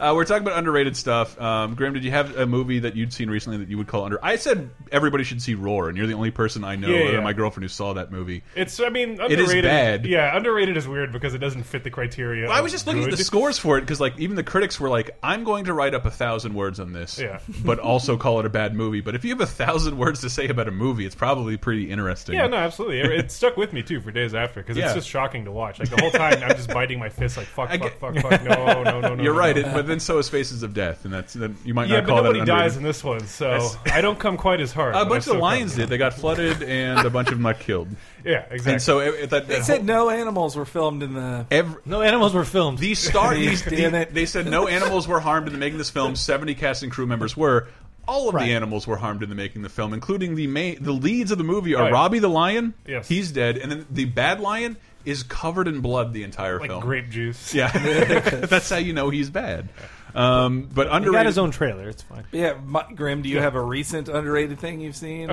[SPEAKER 1] uh, we're talking about underrated stuff. Um, Graham, did you have a movie that you'd seen recently that you would call under? I said everybody should see Roar, and you're the only person I know,
[SPEAKER 7] Yeah,
[SPEAKER 1] other than
[SPEAKER 7] yeah.
[SPEAKER 1] my girlfriend, who saw that movie.
[SPEAKER 7] It's, I mean, underrated.
[SPEAKER 1] is bad.
[SPEAKER 7] Yeah, underrated is weird because it doesn't fit the criteria.
[SPEAKER 1] I
[SPEAKER 7] of
[SPEAKER 1] was just looking at
[SPEAKER 7] good.
[SPEAKER 1] the scores for it because, like, even the critics were like, "I'm going to write up a thousand words on this,
[SPEAKER 7] Yeah.
[SPEAKER 1] but also call it a bad movie." But if you have a thousand words to say about a movie, it's probably pretty interesting.
[SPEAKER 7] Yeah, no, absolutely. It, it stuck with me too for days after because
[SPEAKER 1] Yeah.
[SPEAKER 7] it's just shocking to watch. Like the whole time, I'm just biting my fist, like fuck,
[SPEAKER 1] I
[SPEAKER 7] fuck,
[SPEAKER 1] get-
[SPEAKER 7] fuck, fuck. No, no, no, no.
[SPEAKER 1] You're
[SPEAKER 7] no,
[SPEAKER 1] right,
[SPEAKER 7] no.
[SPEAKER 1] it, but then so is Faces of Death, and that's then you might
[SPEAKER 7] yeah,
[SPEAKER 1] not
[SPEAKER 7] but
[SPEAKER 1] call that
[SPEAKER 7] nobody
[SPEAKER 1] an underrated-
[SPEAKER 7] dies in this one, so
[SPEAKER 1] That's-
[SPEAKER 7] I don't come quite as hard.
[SPEAKER 1] A
[SPEAKER 7] but I
[SPEAKER 1] bunch
[SPEAKER 7] still
[SPEAKER 1] of
[SPEAKER 7] come.
[SPEAKER 1] lions did. They got flooded, and a bunch of them got killed.
[SPEAKER 7] Yeah, exactly.
[SPEAKER 1] And so it, it, that,
[SPEAKER 3] They
[SPEAKER 1] that
[SPEAKER 3] said
[SPEAKER 1] whole-
[SPEAKER 3] no animals were filmed in the.
[SPEAKER 1] every,
[SPEAKER 2] no animals were filmed.
[SPEAKER 1] these star these,
[SPEAKER 3] Damn
[SPEAKER 1] the-
[SPEAKER 3] it.
[SPEAKER 1] they said no animals were harmed in the making this film. Seventy cast and crew members were. All of
[SPEAKER 2] Right.
[SPEAKER 1] the animals were harmed in the making the film, including the main, the leads of the movie are
[SPEAKER 7] Right.
[SPEAKER 1] Robbie the lion.
[SPEAKER 7] Yes.
[SPEAKER 1] he's dead, and then the bad lion is covered in blood the entire
[SPEAKER 7] like
[SPEAKER 1] film.
[SPEAKER 7] grape juice.
[SPEAKER 1] Yeah, that's how you know he's bad. Um, but
[SPEAKER 2] he
[SPEAKER 1] underrated.
[SPEAKER 2] got his own trailer. It's fine.
[SPEAKER 3] Yeah, my, Grim, do you have a recent underrated thing you've seen?
[SPEAKER 1] Uh,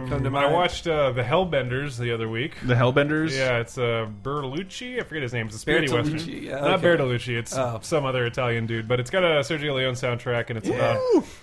[SPEAKER 3] or come to
[SPEAKER 7] Um, I
[SPEAKER 3] mind?
[SPEAKER 7] watched uh, the Hellbenders the other week.
[SPEAKER 1] the Hellbenders.
[SPEAKER 7] Yeah, it's uh, Bertolucci. I forget his name. It's a spaghetti western.
[SPEAKER 3] Bertolucci, yeah, okay.
[SPEAKER 7] Not Bertolucci. It's
[SPEAKER 3] Oh.
[SPEAKER 7] some other Italian dude. But it's got a Sergio Leone soundtrack, and it's about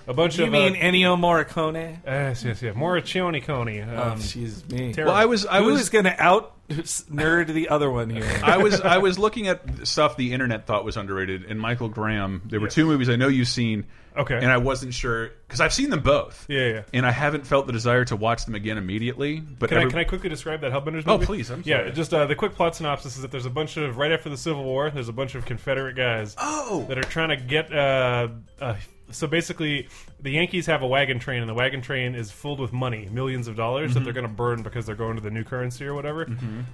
[SPEAKER 7] a bunch
[SPEAKER 3] Do you
[SPEAKER 7] of.
[SPEAKER 3] mean
[SPEAKER 7] uh,
[SPEAKER 3] Ennio Morricone?
[SPEAKER 7] Yes, yes, yes. Morricone Coney. Um,
[SPEAKER 3] oh, she's me.
[SPEAKER 7] terrible.
[SPEAKER 1] Well, I was I
[SPEAKER 3] Who
[SPEAKER 1] was
[SPEAKER 3] is going to out nerd the other one here?
[SPEAKER 1] I was I was looking at stuff the internet thought was underrated, and Michael Graham. There were two movies I know you've seen.
[SPEAKER 7] Okay.
[SPEAKER 1] And I wasn't sure because I've seen them both.
[SPEAKER 7] Yeah, yeah.
[SPEAKER 1] And I haven't felt the desire to watch them again immediately. But
[SPEAKER 7] Can,
[SPEAKER 1] every-
[SPEAKER 7] I, can I quickly describe that Hellbenders movie?
[SPEAKER 1] Oh, please, I'm
[SPEAKER 7] Yeah,
[SPEAKER 1] sorry.
[SPEAKER 7] just uh, the quick plot synopsis is that there's a bunch of, right after the Civil War, there's a bunch of Confederate
[SPEAKER 3] Oh,
[SPEAKER 7] guys
[SPEAKER 1] Oh,
[SPEAKER 7] that are trying to get. Uh, uh, so basically, the Yankees have a wagon train, and the wagon train is filled with money, millions of dollars,
[SPEAKER 1] Mm-hmm.
[SPEAKER 7] that they're going to burn because they're going to the new currency or whatever.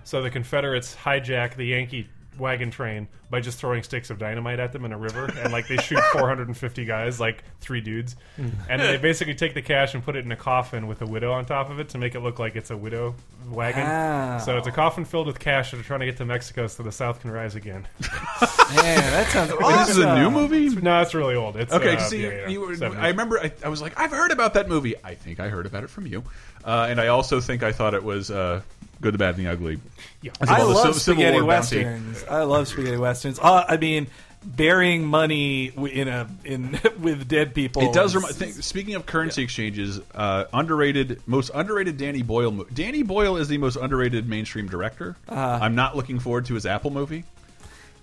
[SPEAKER 7] So the Confederates hijack the Yankee wagon train by just throwing sticks of dynamite at them in a river and like they shoot 450 guys like three dudes
[SPEAKER 1] Mm.
[SPEAKER 7] and they basically take the cash and put it in a coffin with a widow on top of it to make it look like it's a widow wagon
[SPEAKER 1] Ah.
[SPEAKER 3] Wow.
[SPEAKER 7] so it's a coffin filled with cash that are trying to get to mexico so the south can rise again
[SPEAKER 3] Man, that sounds
[SPEAKER 1] this is
[SPEAKER 3] awesome.
[SPEAKER 1] a new movie.
[SPEAKER 7] no it's really old it's
[SPEAKER 1] Okay,
[SPEAKER 7] uh,
[SPEAKER 1] see,
[SPEAKER 7] yeah, yeah,
[SPEAKER 1] you were,
[SPEAKER 7] 70s.
[SPEAKER 1] I remember I, I was like, I've heard about that movie. I think I heard about it from you, uh, and I also think I thought it was uh, Good, the Bad, and the Ugly.
[SPEAKER 7] Yeah.
[SPEAKER 1] As of
[SPEAKER 3] I
[SPEAKER 1] all the
[SPEAKER 3] love
[SPEAKER 1] Civ- Civil
[SPEAKER 3] spaghetti
[SPEAKER 1] War bounty.
[SPEAKER 3] westerns. I love spaghetti westerns. Uh, I mean, burying money w- in a in with dead people.
[SPEAKER 1] It does.
[SPEAKER 3] is-
[SPEAKER 1] Remind, think, speaking of currency exchanges, uh, underrated, most underrated Danny Boyle. Mo Danny Boyle is the most underrated mainstream director.
[SPEAKER 3] Uh.
[SPEAKER 1] I'm not looking forward to his Apple movie,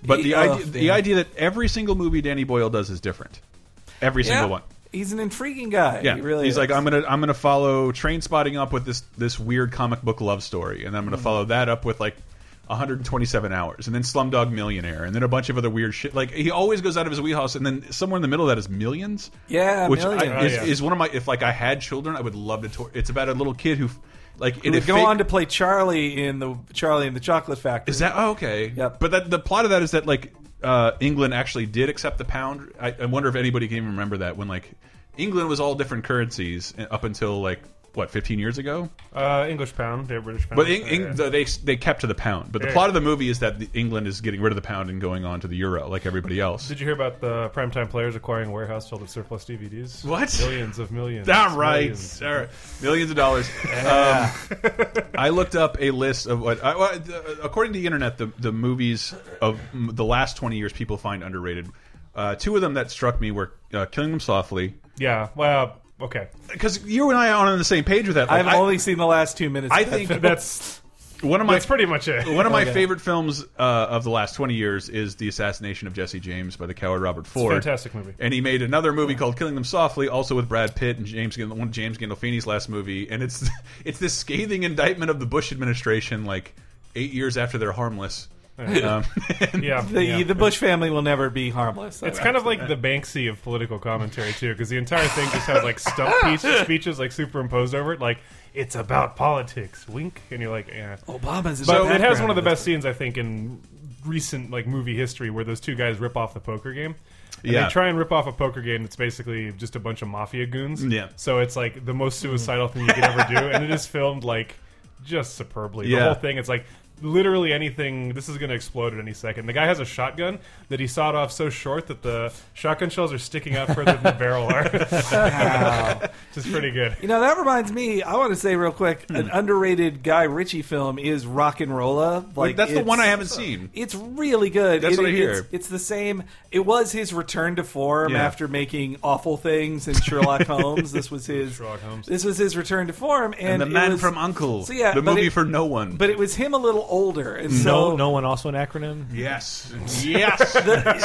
[SPEAKER 1] but the
[SPEAKER 3] Yeah, oh,
[SPEAKER 1] idea, the
[SPEAKER 3] man.
[SPEAKER 1] idea that every single movie Danny Boyle does is different. Every
[SPEAKER 3] Yeah.
[SPEAKER 1] single one.
[SPEAKER 3] He's an intriguing guy.
[SPEAKER 1] Yeah,
[SPEAKER 3] he really.
[SPEAKER 1] He's
[SPEAKER 3] is.
[SPEAKER 1] like, I'm gonna, I'm gonna follow Train Spotting up with this, this weird comic book love story, and I'm
[SPEAKER 3] Mm.
[SPEAKER 1] gonna follow that up with like 127 hours, and then Slumdog Millionaire, and then a bunch of other weird shit. Like he always goes out of his wheelhouse, and then somewhere in the middle of that is Millions.
[SPEAKER 3] Yeah,
[SPEAKER 1] which
[SPEAKER 3] Millions.
[SPEAKER 1] I, is,
[SPEAKER 7] Oh, yeah.
[SPEAKER 1] is one of my. If like I had children, I would love to. Tour. It's about a little kid who, like,
[SPEAKER 3] He
[SPEAKER 1] it
[SPEAKER 3] would go
[SPEAKER 1] fake-
[SPEAKER 3] on to play Charlie in the Charlie and the Chocolate Factory.
[SPEAKER 1] Is that oh, okay?
[SPEAKER 3] Yep.
[SPEAKER 1] But that, the plot of that is that like uh, England actually did accept the pound. I, I wonder if anybody can even remember that when like England was all different currencies uh, up until like what 15 years ago.
[SPEAKER 7] Uh, English pound, yeah, British pound.
[SPEAKER 1] But Eng
[SPEAKER 7] Uh,
[SPEAKER 1] Eng they they kept to the pound. But the
[SPEAKER 7] Yeah.
[SPEAKER 1] plot of the movie is that the, England is getting rid of the pound and going on to the euro, like everybody else.
[SPEAKER 7] Did you hear about the primetime players acquiring a warehouse filled with surplus DVDs?
[SPEAKER 1] What?
[SPEAKER 7] Millions of millions.
[SPEAKER 1] All right,
[SPEAKER 7] Millions.
[SPEAKER 1] all right, millions of dollars. um, I looked up a list of what, I, well, uh, according to the internet, the the movies of m- the last twenty years people find underrated. Uh, two of them that struck me were uh, "Killing Them Softly,"
[SPEAKER 7] Yeah. Well, okay.
[SPEAKER 1] because you and I are on the same page with that. Like,
[SPEAKER 3] I've
[SPEAKER 1] I-
[SPEAKER 3] only seen the last two minutes.
[SPEAKER 1] I
[SPEAKER 3] of that
[SPEAKER 1] think
[SPEAKER 3] film.
[SPEAKER 7] That's
[SPEAKER 1] one of my
[SPEAKER 7] that's pretty much it.
[SPEAKER 1] one of my favorite films uh, of the last twenty years is the assassination of Jesse James by the coward Robert Ford.
[SPEAKER 7] Fantastic movie.
[SPEAKER 1] and he made another movie called Killing Them Softly, also with Brad Pitt and James Gan- one of James Gandolfini's last movie, and it's it's this scathing indictment of the Bush administration, like eight years after they're harmless. Um, and-
[SPEAKER 7] Yeah.
[SPEAKER 3] the,
[SPEAKER 7] yeah.
[SPEAKER 3] the Bush family will never be harmless.
[SPEAKER 7] It's kind of like the Banksy of political commentary too, because the entire thing just has like stuff pieces, speeches like superimposed over it. Like it's about politics, wink, and you're like, "Eh." yeah.
[SPEAKER 3] Obama's. in
[SPEAKER 7] But
[SPEAKER 3] the
[SPEAKER 7] it has one
[SPEAKER 3] background.
[SPEAKER 7] of the best scenes I think in recent like movie history, where those two guys rip off the poker game. And
[SPEAKER 1] Yeah.
[SPEAKER 7] They try and rip off a poker game that's basically just a bunch of mafia goons.
[SPEAKER 1] Yeah.
[SPEAKER 7] So it's like the most suicidal thing you could ever do, and it is filmed like just superbly.
[SPEAKER 1] Yeah.
[SPEAKER 7] The whole thing, it's like literally anything. This is going to explode at any second. The guy has a shotgun that he sawed off so short that the shotgun shells are sticking out further than the barrel are. Which is pretty good.
[SPEAKER 3] You know, that reminds me. I want to say real quick,
[SPEAKER 1] Hmm.
[SPEAKER 3] an underrated Guy Ritchie film is Rock and Rolla.
[SPEAKER 1] like that's the
[SPEAKER 3] it's-
[SPEAKER 1] one I haven't seen.
[SPEAKER 3] It's really good.
[SPEAKER 1] That's
[SPEAKER 3] It-
[SPEAKER 1] what I hear.
[SPEAKER 3] It's, it's the same. It was his return to form
[SPEAKER 1] Yeah.
[SPEAKER 3] after making awful things in Sherlock Holmes. This was his.
[SPEAKER 7] Sherlock Holmes.
[SPEAKER 3] This was his return to form, and,
[SPEAKER 1] And, the
[SPEAKER 3] it
[SPEAKER 1] man
[SPEAKER 3] was-
[SPEAKER 1] from Uncle,
[SPEAKER 3] So yeah,
[SPEAKER 1] the
[SPEAKER 3] but
[SPEAKER 1] movie
[SPEAKER 3] it-
[SPEAKER 1] for no one.
[SPEAKER 3] But it was him a little older, and
[SPEAKER 2] No,
[SPEAKER 3] so
[SPEAKER 2] no one also an acronym.
[SPEAKER 1] yes, yes,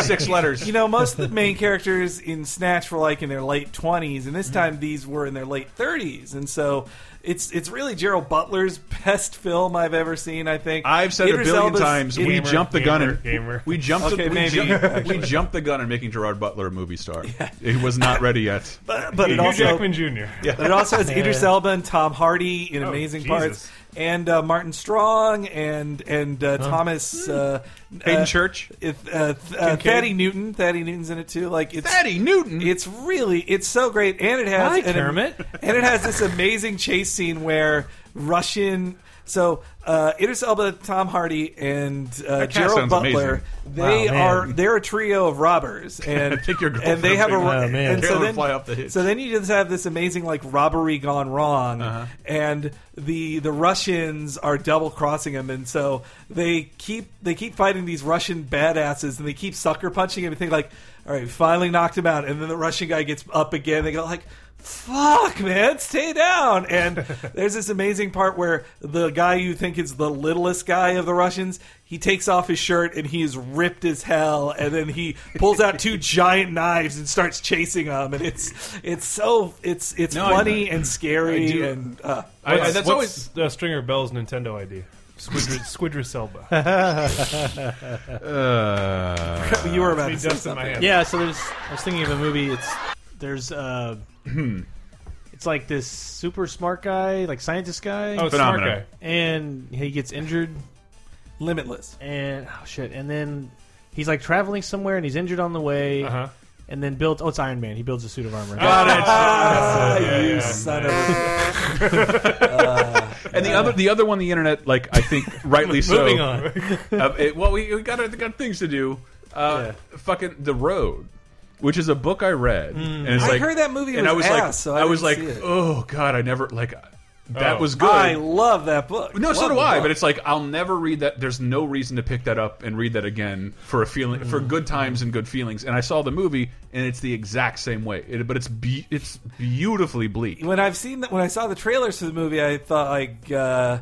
[SPEAKER 1] six letters.
[SPEAKER 3] You know, most of the main characters in Snatch were like in their late twenties, and this
[SPEAKER 1] Mm-hmm.
[SPEAKER 3] time these were in their late thirties, and so it's it's really Gerald Butler's best film I've ever seen. I think
[SPEAKER 1] I've said
[SPEAKER 3] Idris
[SPEAKER 1] a billion
[SPEAKER 3] Elba's-
[SPEAKER 1] times we
[SPEAKER 7] Gamer,
[SPEAKER 1] jumped the gun
[SPEAKER 7] gamer,
[SPEAKER 1] and
[SPEAKER 7] gamer.
[SPEAKER 1] we jumped
[SPEAKER 3] Okay,
[SPEAKER 1] we,
[SPEAKER 3] maybe,
[SPEAKER 1] ju-
[SPEAKER 3] actually.
[SPEAKER 1] we jumped the gun on making Gerard Butler a movie star. He was not ready yet.
[SPEAKER 3] but, but it
[SPEAKER 7] Hugh
[SPEAKER 3] also
[SPEAKER 7] Jackman Jr.
[SPEAKER 1] Yeah.
[SPEAKER 3] but it also has Idris Elba and Tom Hardy in
[SPEAKER 7] Oh,
[SPEAKER 3] amazing
[SPEAKER 7] Jesus.
[SPEAKER 3] parts, and uh, Martin Strong and and uh, Thomas uh,
[SPEAKER 1] Hayden
[SPEAKER 3] uh,
[SPEAKER 1] Church,
[SPEAKER 3] if, uh, th- uh,
[SPEAKER 7] Kincaid.
[SPEAKER 3] Thaddy Newton. Thaddy Newton's in it too. Like it's
[SPEAKER 1] Daddy Newton.
[SPEAKER 3] It's really, it's so great, and it has
[SPEAKER 2] Hi,
[SPEAKER 3] an-
[SPEAKER 2] Kermit.
[SPEAKER 3] and it has this amazing chase scene where Russian. So uh, Idris Elba, Tom Hardy, and uh,
[SPEAKER 1] That cast
[SPEAKER 3] Gerald
[SPEAKER 1] sounds
[SPEAKER 3] Butler.
[SPEAKER 1] amazing.
[SPEAKER 3] They
[SPEAKER 2] Wow, man.
[SPEAKER 3] are they're a trio of robbers, and
[SPEAKER 1] I think your
[SPEAKER 3] and they have a
[SPEAKER 1] girlfriend-
[SPEAKER 2] Oh, man.
[SPEAKER 3] and so
[SPEAKER 1] Taylor
[SPEAKER 3] then
[SPEAKER 1] fly off the hitch.
[SPEAKER 3] so then you just have this amazing like robbery gone wrong,
[SPEAKER 1] Uh-huh.
[SPEAKER 3] and the the Russians are double crossing him, and so they keep they keep fighting these Russian badasses, and they keep sucker punching him. And think like, all right, finally knocked him out, and then the Russian guy gets up again. They go like. Fuck, man, stay down. And there's this amazing part where the guy you think is the littlest guy of the Russians, he takes off his shirt and he is ripped as hell. And then he pulls out two giant knives and starts chasing them. And it's it's so it's it's
[SPEAKER 1] No, I-
[SPEAKER 3] funny and scary
[SPEAKER 1] I do-
[SPEAKER 3] and uh,
[SPEAKER 1] I- I-
[SPEAKER 7] What's-
[SPEAKER 1] that's always
[SPEAKER 7] what's, uh, Stringer Bell's Nintendo ID. Squidra, Squidra Selba.
[SPEAKER 1] Uh,
[SPEAKER 3] you were about
[SPEAKER 7] He
[SPEAKER 3] to say
[SPEAKER 7] dust in my
[SPEAKER 3] something.
[SPEAKER 7] hand.
[SPEAKER 2] Yeah, so there's. I was thinking of a movie. It's there's. Uh, it's like this super smart guy, like scientist guy,
[SPEAKER 7] Oh, it's
[SPEAKER 1] Phenomenon.
[SPEAKER 7] Smart Guy.
[SPEAKER 2] and he gets injured,
[SPEAKER 3] Limitless.
[SPEAKER 2] and oh shit, and then he's like traveling somewhere, and he's injured on the way,
[SPEAKER 7] Uh-huh.
[SPEAKER 2] and then built. Oh, it's Iron Man. He builds a suit of armor.
[SPEAKER 7] Got it.
[SPEAKER 3] Ah,
[SPEAKER 7] Yeah,
[SPEAKER 3] you
[SPEAKER 7] yeah,
[SPEAKER 3] son
[SPEAKER 1] and the
[SPEAKER 3] Uh.
[SPEAKER 1] other the other one the internet like I think rightly so.
[SPEAKER 2] Moving on.
[SPEAKER 1] Uh, it- well, we, we got we got things to do. Uh, Fucking the road, which is a book I read, and it's
[SPEAKER 3] Hmm. I
[SPEAKER 1] like
[SPEAKER 3] heard that movie
[SPEAKER 1] and I was
[SPEAKER 3] was
[SPEAKER 1] like
[SPEAKER 3] ass, so I
[SPEAKER 1] was
[SPEAKER 3] didn't
[SPEAKER 1] like
[SPEAKER 3] see it.
[SPEAKER 1] oh god I never like That
[SPEAKER 7] Oh.
[SPEAKER 1] was good.
[SPEAKER 3] I love that book.
[SPEAKER 1] No, so
[SPEAKER 3] Love
[SPEAKER 1] do
[SPEAKER 3] the
[SPEAKER 1] I.
[SPEAKER 3] book.
[SPEAKER 1] But it's like I'll never read that. There's no reason to pick that up and read that again for a feeling for
[SPEAKER 3] Hmm.
[SPEAKER 1] good times and good feelings. And I saw the movie, and it's the exact same way. It, but it's be, it's beautifully bleak.
[SPEAKER 3] when I've seen that, when I saw the trailers for the movie, I thought like uh,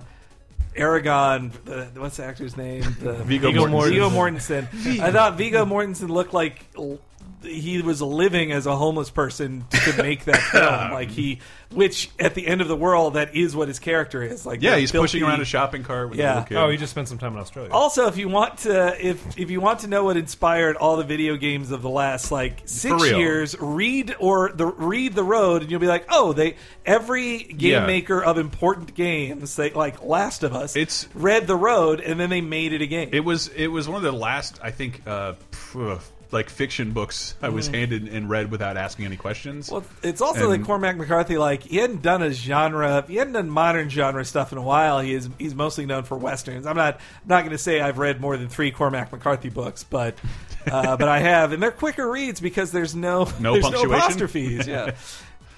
[SPEAKER 3] Aragon. The, what's the actor's name? The,
[SPEAKER 1] Viggo Viggo Mortensen.
[SPEAKER 3] Viggo Mortensen. I thought Viggo Mortensen looked like l- he was living as a homeless person to make that film. Like he, which at the end of the world, that is what his character is. Like
[SPEAKER 1] Yeah,
[SPEAKER 3] that
[SPEAKER 1] he's
[SPEAKER 3] filthy-
[SPEAKER 1] pushing around a shopping cart with
[SPEAKER 3] Yeah.
[SPEAKER 1] a little kid.
[SPEAKER 7] Oh, he just spent some time in
[SPEAKER 2] Oh,
[SPEAKER 7] Australia.
[SPEAKER 3] also, if you want to, if if you want to know what inspired all the video games of the last like six
[SPEAKER 1] For real.
[SPEAKER 3] years, read or the read the road, and you'll be like, oh, they every game
[SPEAKER 1] Yeah.
[SPEAKER 3] maker of important games, they like Last of Us,
[SPEAKER 1] It's-
[SPEAKER 3] read the road, and then they made it a game.
[SPEAKER 1] It was it was one of the last I think uh, phew, like fiction books I was handed and read without asking any questions.
[SPEAKER 3] well, it's also
[SPEAKER 1] And-
[SPEAKER 3] like Cormac McCarthy. Like he hadn't done a genre, he hadn't done modern genre stuff in a while. He is he's mostly known for westerns. I'm not I'm not going to say I've read more than three Cormac McCarthy books, but uh, but I have, and they're quicker reads because there's no
[SPEAKER 1] No
[SPEAKER 3] there's
[SPEAKER 1] punctuation?
[SPEAKER 3] no apostrophes. Yeah,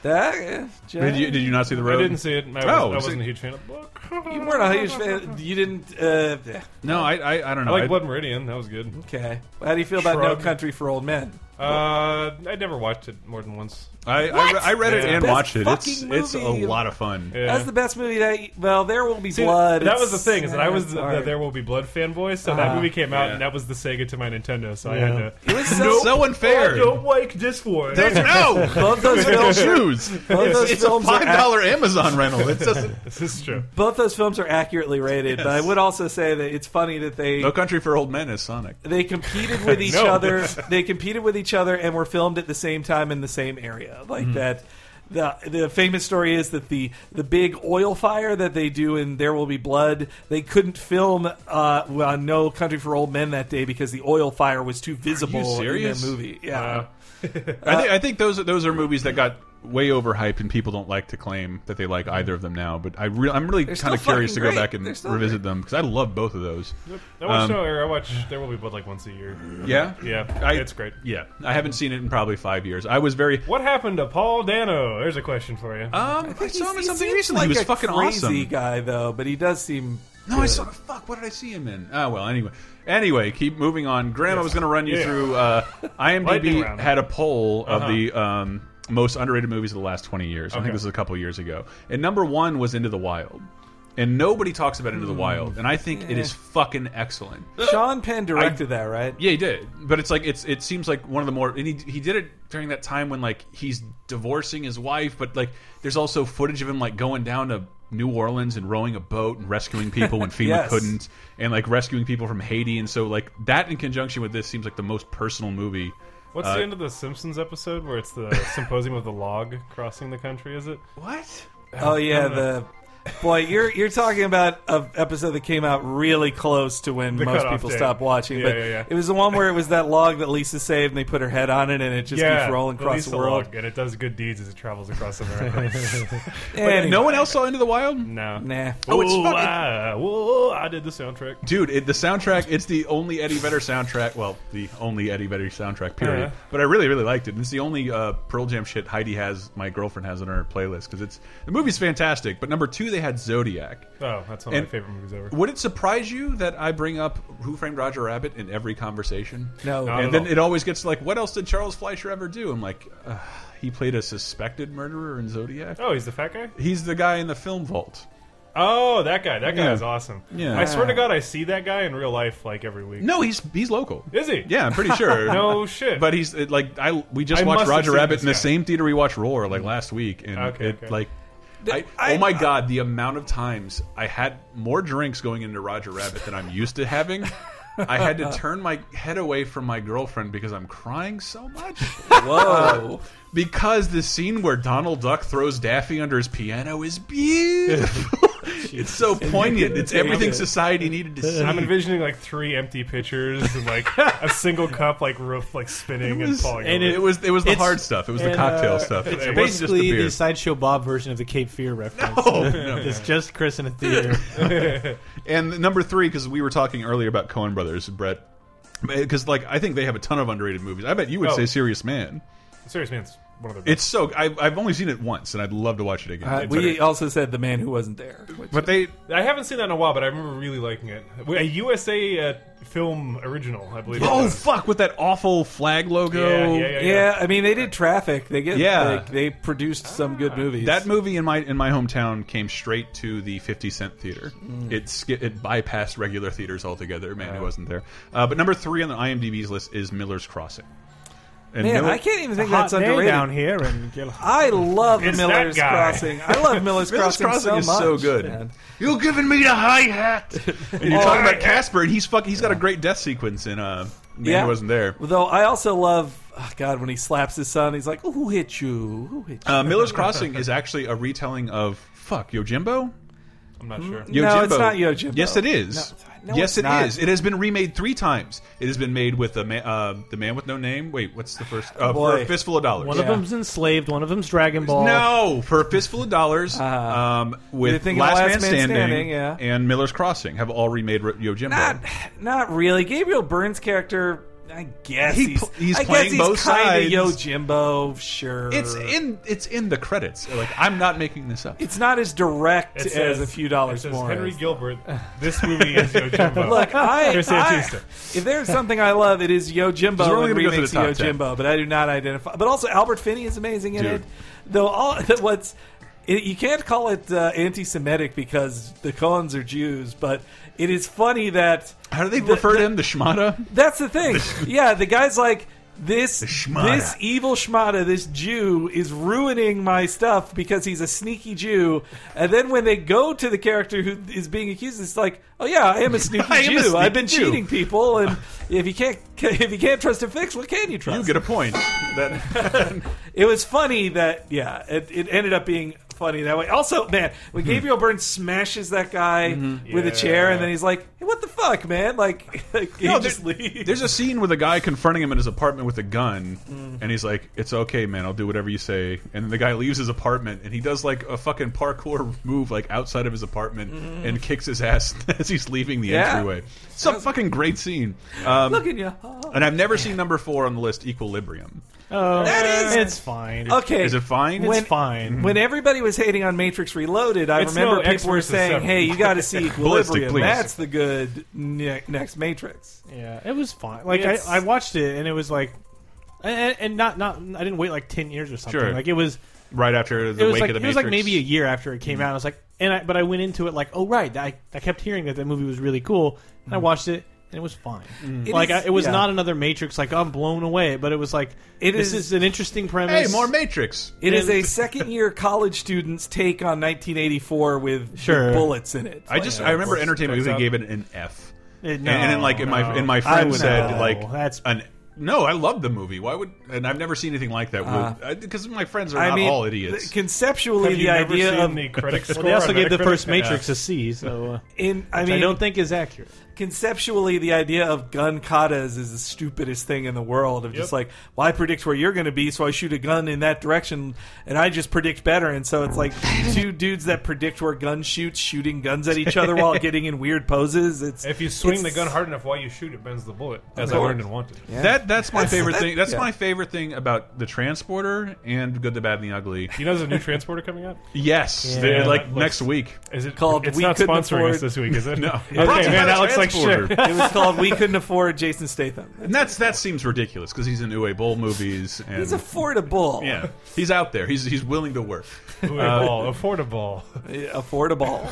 [SPEAKER 3] that eh,
[SPEAKER 1] did
[SPEAKER 3] Jack,
[SPEAKER 1] you
[SPEAKER 3] you,
[SPEAKER 1] did you not see the
[SPEAKER 7] I
[SPEAKER 1] road?
[SPEAKER 7] didn't see it. and I,
[SPEAKER 1] Oh,
[SPEAKER 7] was, I
[SPEAKER 1] see-
[SPEAKER 7] wasn't a huge fan of the book.
[SPEAKER 3] weren't a huge fan. You didn't. Uh, eh,
[SPEAKER 1] No, I I, I don't
[SPEAKER 7] I
[SPEAKER 1] know.
[SPEAKER 7] like
[SPEAKER 1] I-
[SPEAKER 7] Blood Meridian. That was good.
[SPEAKER 3] okay, how do you feel about No
[SPEAKER 7] Shrug.
[SPEAKER 3] Country for Old Men?
[SPEAKER 7] Uh, I never watched it more than once.
[SPEAKER 1] I, I, re- I read it
[SPEAKER 7] Yeah.
[SPEAKER 1] and
[SPEAKER 3] Best
[SPEAKER 1] watched it. It's
[SPEAKER 3] fucking
[SPEAKER 1] it's a
[SPEAKER 3] movie.
[SPEAKER 1] lot of fun.
[SPEAKER 7] Yeah.
[SPEAKER 3] That's the best movie that. Well, there will be
[SPEAKER 7] See,
[SPEAKER 3] blood.
[SPEAKER 7] That
[SPEAKER 3] It's-
[SPEAKER 7] was the thing is that I was the,
[SPEAKER 3] Sorry.
[SPEAKER 7] the There Will Be Blood fanboy, so that movie came out
[SPEAKER 1] Yeah.
[SPEAKER 7] and that was the Sega to my Nintendo, so I
[SPEAKER 2] Yeah.
[SPEAKER 7] had to.
[SPEAKER 3] It was
[SPEAKER 1] It's
[SPEAKER 3] so
[SPEAKER 1] so unfair.
[SPEAKER 7] like this one.
[SPEAKER 1] No,
[SPEAKER 3] both those films
[SPEAKER 1] shoes.
[SPEAKER 3] Both those
[SPEAKER 1] It's a
[SPEAKER 3] films are
[SPEAKER 1] five dollar Amazon rental. It doesn't.
[SPEAKER 7] This is true.
[SPEAKER 3] both those films are accurately rated, but I would also say that it's funny that they
[SPEAKER 1] No Country for Old Men is Sonic.
[SPEAKER 3] they competed with each
[SPEAKER 7] No.
[SPEAKER 3] other. They competed with each other and were filmed at the same time in the same area, like
[SPEAKER 1] Mm-hmm.
[SPEAKER 3] that. The, the famous story is that the, the big oil fire that they do in There Will Be Blood, they couldn't film uh, well, No Country for Old Men that day because the oil fire was too visible in the
[SPEAKER 1] serious?
[SPEAKER 3] movie. Yeah.
[SPEAKER 1] I
[SPEAKER 3] Uh,
[SPEAKER 1] think I think those are- those are movies that got way overhyped and people don't like to claim that they like either of them now. But I re I'm really
[SPEAKER 3] still
[SPEAKER 1] kind of curious to
[SPEAKER 3] fucking
[SPEAKER 1] go
[SPEAKER 3] great.
[SPEAKER 1] back and
[SPEAKER 3] They're
[SPEAKER 1] revisit
[SPEAKER 3] still
[SPEAKER 1] them because I love both of those.
[SPEAKER 7] I watch,
[SPEAKER 1] Um,
[SPEAKER 7] no, or I watch There Will Be Blood like once a year.
[SPEAKER 1] Yeah,
[SPEAKER 7] Yeah,
[SPEAKER 1] I,
[SPEAKER 7] it's great.
[SPEAKER 1] Yeah, I haven't seen it in probably five years. I was very.
[SPEAKER 7] What happened to Paul Dano? There's a question for you.
[SPEAKER 1] Um, I, saw him in
[SPEAKER 3] He
[SPEAKER 1] something
[SPEAKER 3] seems
[SPEAKER 1] recently.
[SPEAKER 3] Like
[SPEAKER 1] he was
[SPEAKER 3] a
[SPEAKER 1] fucking
[SPEAKER 3] crazy
[SPEAKER 1] awesome.
[SPEAKER 3] guy though, but he does seem
[SPEAKER 1] No, I saw. Fuck, what did I see him in? Ah, well, anyway. Anyway, keep moving on. Graham, I was going to run you
[SPEAKER 7] Yeah.
[SPEAKER 1] through. Uh,
[SPEAKER 7] Lightning
[SPEAKER 1] IMDb
[SPEAKER 7] round.
[SPEAKER 1] had a poll of
[SPEAKER 7] Uh-huh.
[SPEAKER 1] the um, most underrated movies of the last 20 years. I think
[SPEAKER 7] Okay.
[SPEAKER 1] this was a couple years ago. And number one was Into the Wild. And nobody talks about
[SPEAKER 7] Hmm.
[SPEAKER 1] Into the Wild. And I think it is fucking excellent.
[SPEAKER 3] Sean Penn directed that, right?
[SPEAKER 1] Yeah, he did. But it's like it's it seems like one of the more and he he did it during that time when like he's divorcing his wife, but like there's also footage of him like going down to New Orleans and rowing a boat and rescuing people when FEMA
[SPEAKER 3] Yes.
[SPEAKER 1] couldn't and like rescuing people from Haiti and so like that in conjunction with this seems like the most personal movie.
[SPEAKER 7] What's
[SPEAKER 1] uh,
[SPEAKER 7] the end of the Simpsons episode where it's the symposium of the log crossing the country? Is it?
[SPEAKER 1] What?
[SPEAKER 3] Oh yeah, the boy, you're you're talking about a episode that came out really close to when
[SPEAKER 7] The
[SPEAKER 3] most
[SPEAKER 7] cutoff
[SPEAKER 3] people
[SPEAKER 7] date.
[SPEAKER 3] stopped watching.
[SPEAKER 7] Yeah,
[SPEAKER 3] but
[SPEAKER 7] yeah, yeah.
[SPEAKER 3] it was the one where it was that log that Lisa saved, and they put her head on it, and it just keeps rolling
[SPEAKER 7] the
[SPEAKER 3] across
[SPEAKER 7] Lisa
[SPEAKER 3] the world.
[SPEAKER 7] log, and it does good deeds as it travels across America.
[SPEAKER 3] Anyway,
[SPEAKER 1] No one else saw Into the Wild?
[SPEAKER 7] no,
[SPEAKER 3] Nah.
[SPEAKER 1] Oh, it's
[SPEAKER 7] Ooh,
[SPEAKER 1] fucking-
[SPEAKER 7] ah, whoa, I did the soundtrack.
[SPEAKER 1] Dude, it, the soundtrack, it's the only Eddie Vedder soundtrack. Well, the only Eddie Vedder soundtrack, period.
[SPEAKER 7] Uh-huh.
[SPEAKER 1] But I really, really liked it. And it's the only uh, Pearl Jam shit Heidi has, my girlfriend has on her playlist. Because it's the movie's fantastic. But number two, they had Zodiac.
[SPEAKER 7] Oh, that's one of
[SPEAKER 1] And-
[SPEAKER 7] my favorite movies ever.
[SPEAKER 1] Would it surprise you that I bring up Who Framed Roger Rabbit in every conversation?
[SPEAKER 3] No.
[SPEAKER 7] Not
[SPEAKER 1] And
[SPEAKER 7] at
[SPEAKER 1] then
[SPEAKER 7] all.
[SPEAKER 1] it always gets like, what else did Charles Fleischer ever do? I'm like, uh, he played a suspected murderer in Zodiac.
[SPEAKER 7] Oh, he's the fat guy.
[SPEAKER 1] He's the guy in the film vault.
[SPEAKER 7] Oh, that guy. That guy
[SPEAKER 1] Yeah.
[SPEAKER 7] is awesome.
[SPEAKER 1] Yeah.
[SPEAKER 7] I swear to God, I see that guy in real life like every week.
[SPEAKER 1] No, he's he's local.
[SPEAKER 7] Is he?
[SPEAKER 1] Yeah, I'm pretty sure.
[SPEAKER 7] No shit.
[SPEAKER 1] But he's it, like I we just
[SPEAKER 7] I
[SPEAKER 1] watched
[SPEAKER 7] must have
[SPEAKER 1] Roger
[SPEAKER 7] seen
[SPEAKER 1] Rabbit
[SPEAKER 7] this
[SPEAKER 1] in the
[SPEAKER 7] guy.
[SPEAKER 1] same theater we watched Roar like last week, and
[SPEAKER 7] Okay,
[SPEAKER 1] it
[SPEAKER 7] okay.
[SPEAKER 1] like. I,
[SPEAKER 3] I-
[SPEAKER 1] oh my god! The amount of times I had more drinks going into Roger Rabbit than I'm used to having. I had to turn my head away from my girlfriend because I'm crying so much.
[SPEAKER 3] Whoa.
[SPEAKER 1] Because the scene where Donald Duck throws Daffy under his piano is beautiful. it's so poignant. It's everything society needed to see.
[SPEAKER 7] I'm envisioning like three empty pitchers and like a single cup like roof like spinning
[SPEAKER 1] It
[SPEAKER 7] and
[SPEAKER 1] was-
[SPEAKER 7] falling.
[SPEAKER 1] and
[SPEAKER 7] over.
[SPEAKER 1] it, was it was the
[SPEAKER 2] it's-
[SPEAKER 1] hard stuff. It was the
[SPEAKER 2] and,
[SPEAKER 1] cocktail
[SPEAKER 2] uh,
[SPEAKER 1] stuff.
[SPEAKER 7] it's
[SPEAKER 1] It wasn't just
[SPEAKER 2] Basically,
[SPEAKER 1] the
[SPEAKER 2] the,
[SPEAKER 1] beer.
[SPEAKER 2] sideshow Bob version of the Cape Fear reference.
[SPEAKER 1] Oh, no.
[SPEAKER 2] It's just Chris in a theater.
[SPEAKER 1] And number three, because we were talking earlier about Coen Brothers, Brett, because like I think they have a ton of underrated movies. I bet you would
[SPEAKER 7] Oh.
[SPEAKER 1] say Serious Man.
[SPEAKER 7] Serious man's one of their.
[SPEAKER 1] It's so I, I've only seen it once, and I'd love to watch it again.
[SPEAKER 3] Uh,
[SPEAKER 1] It's
[SPEAKER 3] we
[SPEAKER 1] like-
[SPEAKER 3] also said the man who wasn't there. Which
[SPEAKER 1] but they
[SPEAKER 7] I haven't seen that in a while, but I remember really liking it. A USA uh, film original, I believe. it
[SPEAKER 1] oh
[SPEAKER 7] was.
[SPEAKER 1] fuck with that awful flag logo.
[SPEAKER 7] Yeah, yeah, yeah, yeah.
[SPEAKER 3] yeah, I mean they did Traffic. They get
[SPEAKER 1] Yeah.
[SPEAKER 3] like, they produced some
[SPEAKER 7] Ah.
[SPEAKER 3] good movies.
[SPEAKER 1] That movie in my in my hometown came straight to the 50 cent theater. It ski it bypassed regular theaters altogether. Man, who wasn't there. Uh, but number three on the IMDb's list is Miller's Crossing. And
[SPEAKER 3] man,
[SPEAKER 1] Miller-
[SPEAKER 3] I can't even think
[SPEAKER 2] Hot
[SPEAKER 3] that's
[SPEAKER 2] day
[SPEAKER 3] underrated.
[SPEAKER 2] down here in Gila-
[SPEAKER 3] I love
[SPEAKER 7] It's that
[SPEAKER 3] Miller's
[SPEAKER 7] guy.
[SPEAKER 3] Crossing. I love Miller's,
[SPEAKER 1] Miller's
[SPEAKER 3] Crossing,
[SPEAKER 1] Crossing
[SPEAKER 3] so
[SPEAKER 1] is
[SPEAKER 3] much.
[SPEAKER 1] so good.
[SPEAKER 3] man.
[SPEAKER 1] You're giving me the hi hat. and you're talking about Casper, and he's fuck. He's got a great death sequence in uh, Man
[SPEAKER 3] Yeah.
[SPEAKER 1] Who Wasn't There.
[SPEAKER 3] Though I also love oh God when he slaps his son. He's like, "Who hit you? Who hit you?"
[SPEAKER 1] Uh, Miller's Crossing is actually a retelling of fuck Yojimbo.
[SPEAKER 7] I'm not sure.
[SPEAKER 1] Yojimbo.
[SPEAKER 3] No, it's not Yojimbo.
[SPEAKER 1] Yes, it is.
[SPEAKER 3] No, no,
[SPEAKER 1] yes,
[SPEAKER 3] it's
[SPEAKER 1] it
[SPEAKER 3] not.
[SPEAKER 1] is. It has been remade three times. It has been made with the man, uh, the man with no name. Wait, what's the first? Uh, for
[SPEAKER 3] Oh, Boy.
[SPEAKER 1] a fistful of dollars.
[SPEAKER 2] One of
[SPEAKER 3] Yeah.
[SPEAKER 2] them's enslaved. One of them's Dragon Ball.
[SPEAKER 1] No, for a fistful of dollars,
[SPEAKER 3] Uh-huh.
[SPEAKER 1] um,
[SPEAKER 3] you're
[SPEAKER 1] with
[SPEAKER 3] thinking
[SPEAKER 1] Last,
[SPEAKER 3] Last
[SPEAKER 1] Man,
[SPEAKER 3] Man
[SPEAKER 1] Standing,
[SPEAKER 3] Standing, yeah.
[SPEAKER 1] and Miller's Crossing have all remade Ro- Yojimbo.
[SPEAKER 3] not, not really. Gabriel Burns' character, I guess
[SPEAKER 1] He
[SPEAKER 3] he's,
[SPEAKER 1] pl- he's
[SPEAKER 3] I
[SPEAKER 1] playing
[SPEAKER 3] guess he's
[SPEAKER 1] both
[SPEAKER 3] kinda
[SPEAKER 1] sides.
[SPEAKER 3] Yojimbo, sure.
[SPEAKER 2] Uh,
[SPEAKER 1] it's in it's in the credits. Like I'm not making this up.
[SPEAKER 3] It's not as direct
[SPEAKER 7] It
[SPEAKER 3] as
[SPEAKER 7] says-
[SPEAKER 3] a few dollars
[SPEAKER 7] it says
[SPEAKER 3] more.
[SPEAKER 7] Henry
[SPEAKER 3] is.
[SPEAKER 7] Gilbert. This movie is Yojimbo.
[SPEAKER 3] Look, I,
[SPEAKER 7] Chris
[SPEAKER 3] I-
[SPEAKER 7] Antista.
[SPEAKER 3] if there's something I love, it is Yojimbo
[SPEAKER 1] So we're only
[SPEAKER 3] and
[SPEAKER 1] gonna go through
[SPEAKER 3] remakes
[SPEAKER 1] the top
[SPEAKER 3] of Yojimbo, but I do not identify. But also, Albert Finney is amazing in
[SPEAKER 1] Dude.
[SPEAKER 3] it. Though all what's it, you can't call it uh, anti-Semitic because the Cohens are Jews, but it is funny that
[SPEAKER 1] How do they
[SPEAKER 3] the-
[SPEAKER 1] refer to him? The Shmata?
[SPEAKER 3] That's the thing. yeah, the guy's like this
[SPEAKER 1] schmata.
[SPEAKER 3] this evil schmata, this Jew is ruining my stuff because he's a sneaky Jew. And then when they go to the character who is being accused, it's like, oh yeah, I am a sneaky
[SPEAKER 1] I am a
[SPEAKER 3] Jew.
[SPEAKER 1] sneaky
[SPEAKER 3] I've been
[SPEAKER 1] Jew."
[SPEAKER 3] cheating people, and if you can't if you can't trust a fix, what can you trust?
[SPEAKER 1] You get a point. That
[SPEAKER 3] it was funny that yeah, it, it ended up being funny that way. Also, man,
[SPEAKER 1] Hmm.
[SPEAKER 3] when Gabriel Burns smashes that guy
[SPEAKER 1] Mm-hmm.
[SPEAKER 3] with a chair, and then he's like, hey, what the fuck, man? Like, like he
[SPEAKER 1] No,
[SPEAKER 3] just
[SPEAKER 1] there-
[SPEAKER 3] leaves.
[SPEAKER 1] There's a scene with a guy confronting him in his apartment with a gun,
[SPEAKER 2] Mm.
[SPEAKER 1] and he's like, "It's okay, man. I'll do whatever you say." And then the guy leaves his apartment, and he does like a fucking parkour move, like outside of his apartment,
[SPEAKER 2] Mm-hmm.
[SPEAKER 1] and kicks his ass as he's leaving the
[SPEAKER 3] Yeah.
[SPEAKER 1] entryway. It's a fucking great scene. Um,
[SPEAKER 3] Look at you.
[SPEAKER 1] and I've never seen number four on the list, Equilibrium.
[SPEAKER 2] Oh,
[SPEAKER 3] That is-
[SPEAKER 2] It's fine.
[SPEAKER 3] Okay.
[SPEAKER 1] Is it fine?
[SPEAKER 2] It's
[SPEAKER 3] when-
[SPEAKER 2] fine.
[SPEAKER 1] Mhm.
[SPEAKER 3] When everybody was hating on Matrix Reloaded, I
[SPEAKER 7] It's
[SPEAKER 3] remember
[SPEAKER 7] no X
[SPEAKER 3] people were
[SPEAKER 7] versus
[SPEAKER 3] saying,
[SPEAKER 7] seven.
[SPEAKER 3] "Hey, you got to see
[SPEAKER 1] Ballistic,
[SPEAKER 3] Equilibrium.
[SPEAKER 1] please.
[SPEAKER 3] That's the good ne- next Matrix."
[SPEAKER 2] Yeah, it was fine. Like I,
[SPEAKER 3] It's-
[SPEAKER 2] I watched it and it was like, and, and not not I didn't wait like ten years or something.
[SPEAKER 1] Sure.
[SPEAKER 2] Like it was
[SPEAKER 1] right after the
[SPEAKER 2] it was
[SPEAKER 1] wake
[SPEAKER 2] like
[SPEAKER 1] of the
[SPEAKER 2] it was like
[SPEAKER 1] Matrix. Mm-hmm.
[SPEAKER 2] maybe a year after it came out. I was like, and I but I went into it like, oh right, I, I kept hearing that that movie was really cool, and I
[SPEAKER 1] Mm-hmm.
[SPEAKER 2] watched it. And it was fine.
[SPEAKER 3] It
[SPEAKER 2] like
[SPEAKER 3] is-
[SPEAKER 2] I, it was
[SPEAKER 3] yeah.
[SPEAKER 2] not another Matrix. Like I'm blown away, but it was like
[SPEAKER 3] It
[SPEAKER 2] this
[SPEAKER 3] is-
[SPEAKER 2] is, an interesting premise. Uh,
[SPEAKER 1] Hey, more Matrix.
[SPEAKER 3] It is
[SPEAKER 2] And-
[SPEAKER 3] a second-year college student's take on 1984 with
[SPEAKER 2] Sure.
[SPEAKER 3] with bullets in it.
[SPEAKER 1] I just
[SPEAKER 3] Like,
[SPEAKER 1] I remember
[SPEAKER 7] course.
[SPEAKER 1] Entertainment
[SPEAKER 7] Checks
[SPEAKER 1] Weekly
[SPEAKER 7] out.
[SPEAKER 1] gave it an F.
[SPEAKER 2] It-
[SPEAKER 1] and, and then like in my in my friend
[SPEAKER 2] would-
[SPEAKER 1] said
[SPEAKER 2] no,
[SPEAKER 1] like
[SPEAKER 2] that's-
[SPEAKER 1] an no I love the movie why would and I've never seen anything like that because my friends are
[SPEAKER 3] Uh, I
[SPEAKER 1] not
[SPEAKER 3] mean,
[SPEAKER 1] all idiots
[SPEAKER 3] th- conceptually,
[SPEAKER 7] Have
[SPEAKER 3] the
[SPEAKER 7] you never
[SPEAKER 3] idea
[SPEAKER 7] seen
[SPEAKER 3] of
[SPEAKER 7] the critic score
[SPEAKER 2] Well, they also
[SPEAKER 7] on
[SPEAKER 2] gave the
[SPEAKER 7] Metacritic?
[SPEAKER 2] first
[SPEAKER 7] Yeah.
[SPEAKER 2] Matrix a C, so uh,
[SPEAKER 3] in I
[SPEAKER 2] which
[SPEAKER 3] mean,
[SPEAKER 2] I don't think is accurate.
[SPEAKER 3] conceptually the idea of gun katas is the stupidest thing in the world of just
[SPEAKER 7] Yep.
[SPEAKER 3] like well i predict where you're going to be so i shoot a gun in that direction and i just predict better and so it's like two dudes that predict where guns shoot shooting guns at each other while getting in weird poses it's
[SPEAKER 7] If you swing the
[SPEAKER 3] it's-
[SPEAKER 7] gun hard enough while you shoot, it bends the bullet. As I
[SPEAKER 3] course.
[SPEAKER 7] learned and wanted.
[SPEAKER 1] that that's my favorite
[SPEAKER 3] that-
[SPEAKER 1] thing that's
[SPEAKER 3] yeah.
[SPEAKER 1] my favorite thing about the transporter and Good the Bad and the Ugly
[SPEAKER 7] You know, there's a new transporter coming out.
[SPEAKER 1] yes they're, like
[SPEAKER 7] that looks-
[SPEAKER 1] next week
[SPEAKER 7] Is it
[SPEAKER 3] Called
[SPEAKER 7] It's
[SPEAKER 3] We
[SPEAKER 7] not
[SPEAKER 3] Couldn't
[SPEAKER 7] sponsoring
[SPEAKER 3] Afford-
[SPEAKER 7] us this week, is it?
[SPEAKER 1] No.
[SPEAKER 7] Okay,
[SPEAKER 1] Brought to you by
[SPEAKER 7] man, that
[SPEAKER 1] the
[SPEAKER 7] looks like
[SPEAKER 1] Transporter.
[SPEAKER 7] shit.
[SPEAKER 3] it was called we couldn't afford jason statham
[SPEAKER 1] and that's that seems ridiculous because he's in Uwe Boll movies and
[SPEAKER 3] he's affordable
[SPEAKER 1] yeah he's out there he's he's willing to work
[SPEAKER 7] Affordable, affordable.
[SPEAKER 3] affordable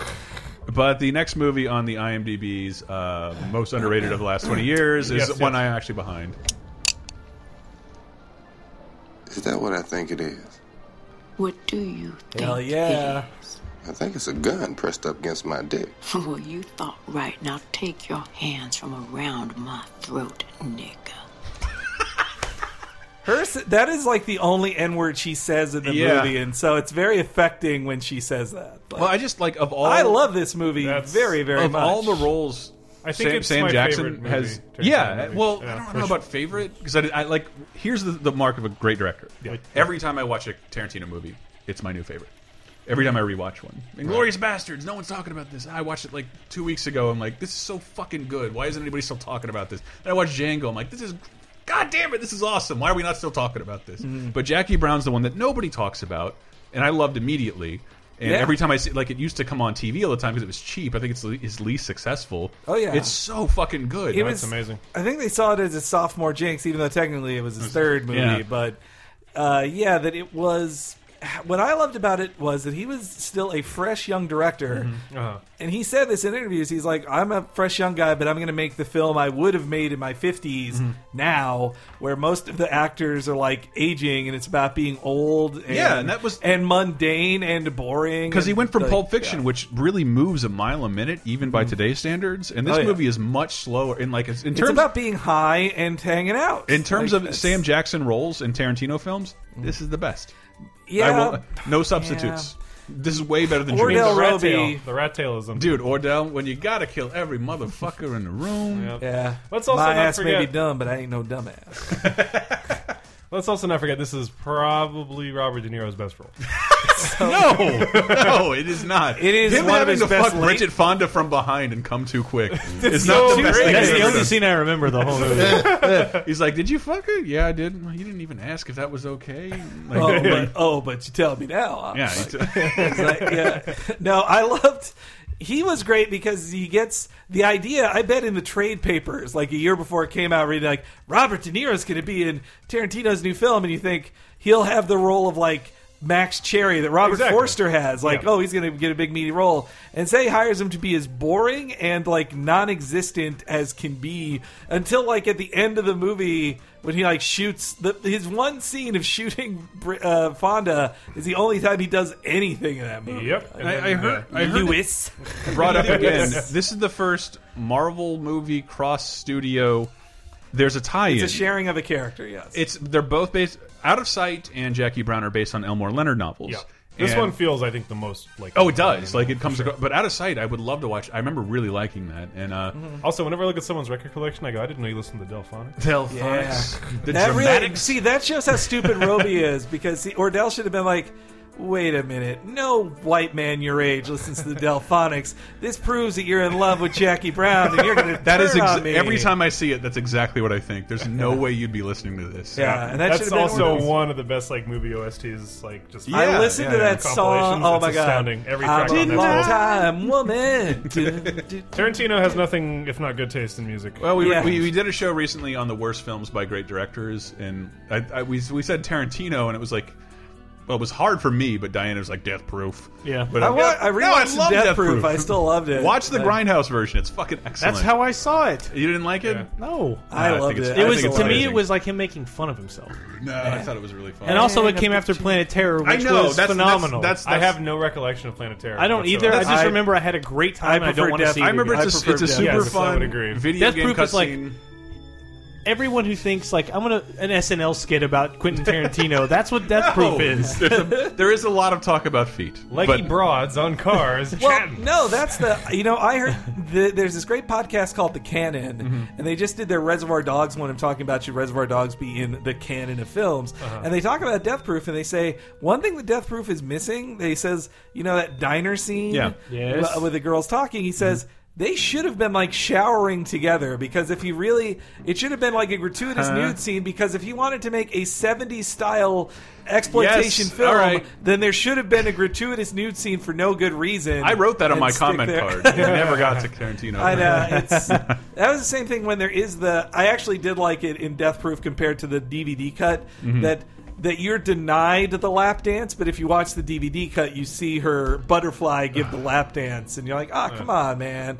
[SPEAKER 1] but the next movie on the IMDb's uh, most underrated of the last twenty years is
[SPEAKER 7] Yes, yes.
[SPEAKER 1] one I'm actually behind
[SPEAKER 8] Is that what I think it is?
[SPEAKER 9] What do you think?
[SPEAKER 3] hell yeah
[SPEAKER 8] I think it's a gun pressed up against my dick.
[SPEAKER 9] Well, you thought right. Now take your hands from around my throat, nigga.
[SPEAKER 3] Her, s- that is like the only N word she says in the
[SPEAKER 1] Yeah.
[SPEAKER 3] movie, and so it's very affecting when she says that. Like,
[SPEAKER 1] well I just like of all
[SPEAKER 3] I love this movie
[SPEAKER 7] That's-
[SPEAKER 3] very, very
[SPEAKER 1] of
[SPEAKER 3] much.
[SPEAKER 1] all the roles.
[SPEAKER 7] I think
[SPEAKER 1] Sam,
[SPEAKER 7] it's
[SPEAKER 1] Sam
[SPEAKER 7] my
[SPEAKER 1] Jackson
[SPEAKER 7] favorite movie,
[SPEAKER 1] has.
[SPEAKER 7] Tarantino
[SPEAKER 1] Yeah, uh,
[SPEAKER 7] movie.
[SPEAKER 1] well,
[SPEAKER 7] Yeah,
[SPEAKER 1] I don't
[SPEAKER 7] for
[SPEAKER 1] know
[SPEAKER 7] sure.
[SPEAKER 1] about favorite because I, I like. Here's the, the mark of a great director. Every time I watch a Tarantino movie, it's my new favorite. Every time I rewatch one, Inglorious Bastards. No one's talking about this. I watched it like two weeks ago. I'm like, this is so fucking good. Why isn't anybody still talking about this? And I watched Django. I'm like, this is God damn it, this is awesome. Why are we not still talking about this?
[SPEAKER 3] Mm-hmm.
[SPEAKER 1] But Jackie Brown's the one that nobody talks about, and I loved immediately. And
[SPEAKER 3] Yeah.
[SPEAKER 1] every time I see, like, it used to come on TV all the time because it was cheap. I think it's le- his least successful.
[SPEAKER 3] Oh, yeah.
[SPEAKER 1] it's so fucking good.
[SPEAKER 3] It
[SPEAKER 7] No,
[SPEAKER 3] was
[SPEAKER 7] it's amazing.
[SPEAKER 3] I think they saw it as a sophomore jinx, even though technically it was his third movie.
[SPEAKER 1] yeah.
[SPEAKER 3] But uh, yeah, that it was. What I loved about it was that he was still a fresh young director,
[SPEAKER 1] Mm-hmm.
[SPEAKER 7] Uh-huh.
[SPEAKER 3] and he said this in interviews. He's like, "I'm a fresh young guy, but I'm going to make the film I would have made in my 50s
[SPEAKER 1] Mm-hmm.
[SPEAKER 3] now, where most of the actors are like aging, and it's about being old. And,
[SPEAKER 1] Yeah, and that was-
[SPEAKER 3] and mundane and boring
[SPEAKER 1] because he
[SPEAKER 3] and,
[SPEAKER 1] went from
[SPEAKER 3] like, Mm-hmm.
[SPEAKER 1] Pulp Fiction, which really moves a mile a minute, even by today's standards, and this
[SPEAKER 3] Oh, yeah.
[SPEAKER 1] movie is much slower. In like it's- in
[SPEAKER 3] It's
[SPEAKER 1] terms
[SPEAKER 3] about being high and hanging out.
[SPEAKER 1] in terms
[SPEAKER 3] Like,
[SPEAKER 1] of
[SPEAKER 3] it's-
[SPEAKER 1] Sam Jackson roles in Tarantino films, this is the best.
[SPEAKER 3] yeah,
[SPEAKER 1] I will, no substitutes. This is way better than
[SPEAKER 3] Or
[SPEAKER 1] Dreams.
[SPEAKER 3] Del
[SPEAKER 7] the rat
[SPEAKER 3] Roby.
[SPEAKER 7] tail. The rat tail is
[SPEAKER 1] Dude, Ordell, when you gotta kill every motherfucker in the room.
[SPEAKER 7] Yep.
[SPEAKER 3] Yeah.
[SPEAKER 7] Let's also
[SPEAKER 3] My
[SPEAKER 7] not
[SPEAKER 3] ass may be
[SPEAKER 7] forget-
[SPEAKER 3] dumb, but I ain't no dumbass.
[SPEAKER 7] Let's also not forget this is probably Robert De Niro's best role.
[SPEAKER 1] No, no, it is not.
[SPEAKER 3] It is
[SPEAKER 1] Him
[SPEAKER 3] one of
[SPEAKER 1] having
[SPEAKER 3] his
[SPEAKER 1] to
[SPEAKER 3] best
[SPEAKER 1] fuck
[SPEAKER 3] late-
[SPEAKER 1] Bridget Fonda from behind and come too quick. it's not the best thing.
[SPEAKER 2] That's
[SPEAKER 1] I've
[SPEAKER 2] the
[SPEAKER 1] ever
[SPEAKER 2] only
[SPEAKER 1] done.
[SPEAKER 2] scene I remember the whole movie.
[SPEAKER 1] He's like, "Did you fuck her? Yeah, I did. Well, you didn't even ask if that was okay. Like,
[SPEAKER 3] oh, but, oh, but you tell me now. I
[SPEAKER 1] yeah,
[SPEAKER 3] was
[SPEAKER 1] it's-
[SPEAKER 3] like- like, yeah. No, I loved. He was great because he gets the idea. I bet in the trade papers, like a year before it came out, reading like Robert De Niro's going to be in Tarantino's new film, and you think he'll have the role of like Max Cherry that Robert
[SPEAKER 7] Exactly.
[SPEAKER 3] Forster has. Like, oh, he's going to get a big meaty role, and say hires him to be as boring and like non-existent as can be until like at the end of the movie when he like shoots the, his one scene of shooting Br- uh, Fonda is the only time he does anything in that movie.
[SPEAKER 7] Yep. And then,
[SPEAKER 1] I, I heard.
[SPEAKER 7] uh,
[SPEAKER 1] I heard it
[SPEAKER 3] Lewis.
[SPEAKER 1] brought up again. This is the first Marvel movie cross studio. There's a tie-in.
[SPEAKER 3] It's a sharing of a character, yes.
[SPEAKER 1] It's- they're both based. Out of Sight and Jackie Brown are based on Elmore Leonard novels.
[SPEAKER 7] yeah. This
[SPEAKER 1] And-
[SPEAKER 7] one feels, I think, the most like.
[SPEAKER 1] Oh, it does. Like it comes, across, but out of sight. I would love to watch. I remember really liking that. And uh,
[SPEAKER 3] Mm-hmm.
[SPEAKER 7] Also, whenever I look at someone's record collection, I go, I didn't know you listened to Delphonic.
[SPEAKER 1] Delphonics, the
[SPEAKER 3] that really,
[SPEAKER 1] dramatics.
[SPEAKER 3] see, that shows how stupid Roby is because see, Ordell should have been like, wait a minute, no white man your age listens to the Delphonics. This proves that you're in love with Jackie Brown and you're going to
[SPEAKER 1] that is
[SPEAKER 3] turn
[SPEAKER 1] ex-
[SPEAKER 3] on me.
[SPEAKER 1] every time I see it. That's exactly what I think. There's no way you'd be listening to this.
[SPEAKER 3] Yeah, and that should have
[SPEAKER 7] That's
[SPEAKER 3] been
[SPEAKER 7] also
[SPEAKER 3] Ordell's.
[SPEAKER 7] one of the best like movie OSTs. Like just
[SPEAKER 1] Yeah,
[SPEAKER 3] I listened
[SPEAKER 1] yeah,
[SPEAKER 3] to that
[SPEAKER 7] yeah.
[SPEAKER 3] song.
[SPEAKER 7] Compilations,
[SPEAKER 3] Oh
[SPEAKER 7] it's
[SPEAKER 3] my god!
[SPEAKER 7] astounding. Every track
[SPEAKER 3] I'm
[SPEAKER 7] on
[SPEAKER 3] a
[SPEAKER 7] that
[SPEAKER 3] long
[SPEAKER 7] album.
[SPEAKER 3] time woman. Du- du-
[SPEAKER 7] Tarantino has nothing if not good taste in music.
[SPEAKER 1] Well, we,
[SPEAKER 3] Yeah.
[SPEAKER 1] we, we did a show recently on the worst films by great directors, and I, I, we, we said Tarantino, and it was like, well, it was hard for me, but Diana was like Death Proof.
[SPEAKER 2] Yeah.
[SPEAKER 1] but
[SPEAKER 3] I,
[SPEAKER 1] I'm-
[SPEAKER 3] wa- I
[SPEAKER 1] No,
[SPEAKER 3] rewatched
[SPEAKER 1] love
[SPEAKER 3] Death, Proof. I still loved it.
[SPEAKER 1] Watch the
[SPEAKER 3] I-
[SPEAKER 1] Grindhouse version; it's fucking excellent.
[SPEAKER 2] That's how I saw it.
[SPEAKER 1] you didn't like it.
[SPEAKER 7] Yeah.
[SPEAKER 2] No.
[SPEAKER 3] I
[SPEAKER 1] I think
[SPEAKER 3] loved
[SPEAKER 1] it's-
[SPEAKER 3] it.
[SPEAKER 1] I
[SPEAKER 2] It was
[SPEAKER 1] think it's
[SPEAKER 2] to me.
[SPEAKER 1] amazing.
[SPEAKER 2] It was like him making fun of himself,
[SPEAKER 1] No, I thought it was really fun.
[SPEAKER 2] and also it came after Planet Terror, which
[SPEAKER 1] I know
[SPEAKER 2] was
[SPEAKER 1] that's
[SPEAKER 2] phenomenal.
[SPEAKER 1] That's, that's,
[SPEAKER 7] I have no recollection of Planet Terror.
[SPEAKER 2] I don't either. I
[SPEAKER 7] whatsoever.
[SPEAKER 2] just
[SPEAKER 3] I-
[SPEAKER 2] remember I had a great
[SPEAKER 3] I
[SPEAKER 2] time. and I
[SPEAKER 3] prefer
[SPEAKER 2] don't want to
[SPEAKER 3] Death-
[SPEAKER 2] see. it
[SPEAKER 1] I remember
[SPEAKER 2] again.
[SPEAKER 1] it's
[SPEAKER 3] I
[SPEAKER 1] a, it's a
[SPEAKER 3] prefer
[SPEAKER 1] super
[SPEAKER 7] Death. Yes, I
[SPEAKER 1] fun
[SPEAKER 7] would agree.
[SPEAKER 1] video
[SPEAKER 2] Death
[SPEAKER 1] game
[SPEAKER 2] Proof is like-
[SPEAKER 1] cutscene.
[SPEAKER 2] everyone who thinks like I'm gonna an SNL skit about Quentin Tarantino. that's what Death Proof is.
[SPEAKER 1] There's a- there is a lot of talk about feet,
[SPEAKER 7] leggy
[SPEAKER 1] but
[SPEAKER 7] broads on cars.
[SPEAKER 3] Well,
[SPEAKER 7] chatting.
[SPEAKER 3] no, that's the you know I heard the, there's this great podcast called The Canon,
[SPEAKER 1] Mm-hmm.
[SPEAKER 3] and they just did their Reservoir Dogs one. I'm talking about should Reservoir Dogs be in the canon of films?
[SPEAKER 1] Uh-huh.
[SPEAKER 3] And they talk about Death Proof, and they say one thing that Death Proof is missing. They says you know that diner scene,
[SPEAKER 1] Yeah. Mm-hmm.
[SPEAKER 2] Yes.
[SPEAKER 3] w- with the girls talking. He says. They should have been like showering together because if you really, it should have been like a gratuitous
[SPEAKER 1] Uh-huh.
[SPEAKER 3] nude scene because if you wanted to make a 70s style exploitation
[SPEAKER 1] Yes, all
[SPEAKER 3] film,
[SPEAKER 1] right.
[SPEAKER 3] then there should have been a gratuitous nude scene for no good reason.
[SPEAKER 1] I wrote that on
[SPEAKER 3] and
[SPEAKER 1] my
[SPEAKER 3] stick
[SPEAKER 1] comment
[SPEAKER 3] there.
[SPEAKER 1] card. It never got to Tarantino.
[SPEAKER 3] I know. It's, that was the same thing when there is the. I actually did like it in Death Proof compared to the DVD cut
[SPEAKER 1] Mm-hmm.
[SPEAKER 3] that that you're denied the lap dance, but if you watch the DVD cut, you see her butterfly give the lap dance, and you're like, ah, come on, man.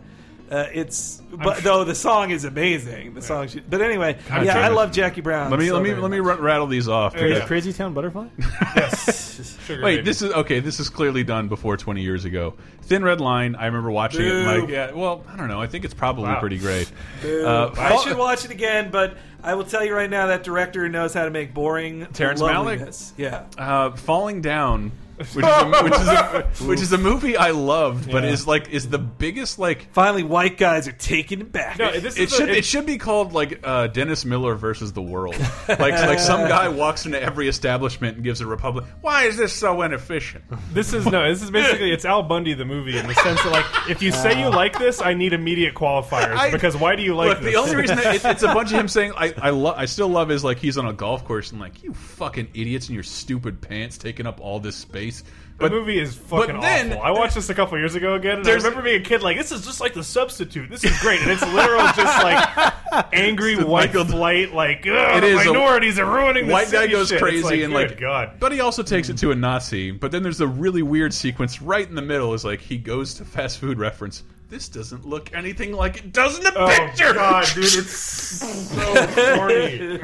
[SPEAKER 3] Uh, it's but though the song is amazing. The song, should, but anyway, yeah,
[SPEAKER 1] trying
[SPEAKER 3] I
[SPEAKER 1] to-
[SPEAKER 3] love Jackie Brown.
[SPEAKER 1] Let me
[SPEAKER 3] so
[SPEAKER 1] let me
[SPEAKER 3] very
[SPEAKER 1] let me
[SPEAKER 3] much.
[SPEAKER 1] r- rattle these off.
[SPEAKER 7] Yeah.
[SPEAKER 1] because-
[SPEAKER 2] Crazy Town Butterfly.
[SPEAKER 7] Sugar
[SPEAKER 1] Wait,
[SPEAKER 7] baby.
[SPEAKER 1] this is okay. This is clearly done before 20 years ago. Thin Red Line. I remember watching it. and Like, yeah, well, I don't know. I think it's probably
[SPEAKER 7] Wow.
[SPEAKER 1] pretty great. Uh,
[SPEAKER 3] I should watch it again, but I will tell you right now that director knows how to make boring
[SPEAKER 1] Terrence Malick?
[SPEAKER 3] loveliness. Yeah,
[SPEAKER 1] uh, falling down which is a, which is a, which is a movie I loved, but is like is the biggest like.
[SPEAKER 3] Finally, white guys are taking it back.
[SPEAKER 7] No, this
[SPEAKER 1] It
[SPEAKER 7] is a-
[SPEAKER 1] should
[SPEAKER 7] it's-
[SPEAKER 1] it should be called like uh, Dennis Miller versus the world. Like like some guy walks into every establishment and gives a republic. Why is this so inefficient?
[SPEAKER 7] This is no. This is basically it's Al Bundy the movie in the sense that like if you say you like this, I need immediate qualifiers
[SPEAKER 1] I-
[SPEAKER 7] because why do you like
[SPEAKER 1] Look,
[SPEAKER 7] this?
[SPEAKER 1] the only reason that it, it's a bunch of him saying I I, lo- I still love is like he's on a golf course and like you fucking idiots in your stupid pants taking up all this space.
[SPEAKER 7] the
[SPEAKER 1] But
[SPEAKER 7] movie is fucking
[SPEAKER 1] then-
[SPEAKER 7] awful. I watched this a couple years ago again, and I
[SPEAKER 1] There's-
[SPEAKER 7] remember being a kid like this is just like the substitute. This is great, and it's literal just like angry white
[SPEAKER 1] Michael-
[SPEAKER 7] blight. Like Ugh,
[SPEAKER 1] It is a-
[SPEAKER 7] minorities are ruining. the
[SPEAKER 1] white guy
[SPEAKER 7] city
[SPEAKER 1] goes
[SPEAKER 7] shit." It's
[SPEAKER 1] crazy
[SPEAKER 7] like,
[SPEAKER 1] and
[SPEAKER 7] good
[SPEAKER 1] like
[SPEAKER 7] God.
[SPEAKER 1] But he also takes it to a Nazi. But then there's a really weird sequence right in the middle. Is like he goes to fast food reference. This doesn't look anything like it does in the
[SPEAKER 7] Oh
[SPEAKER 1] picture.
[SPEAKER 7] god, dude, it's so corny.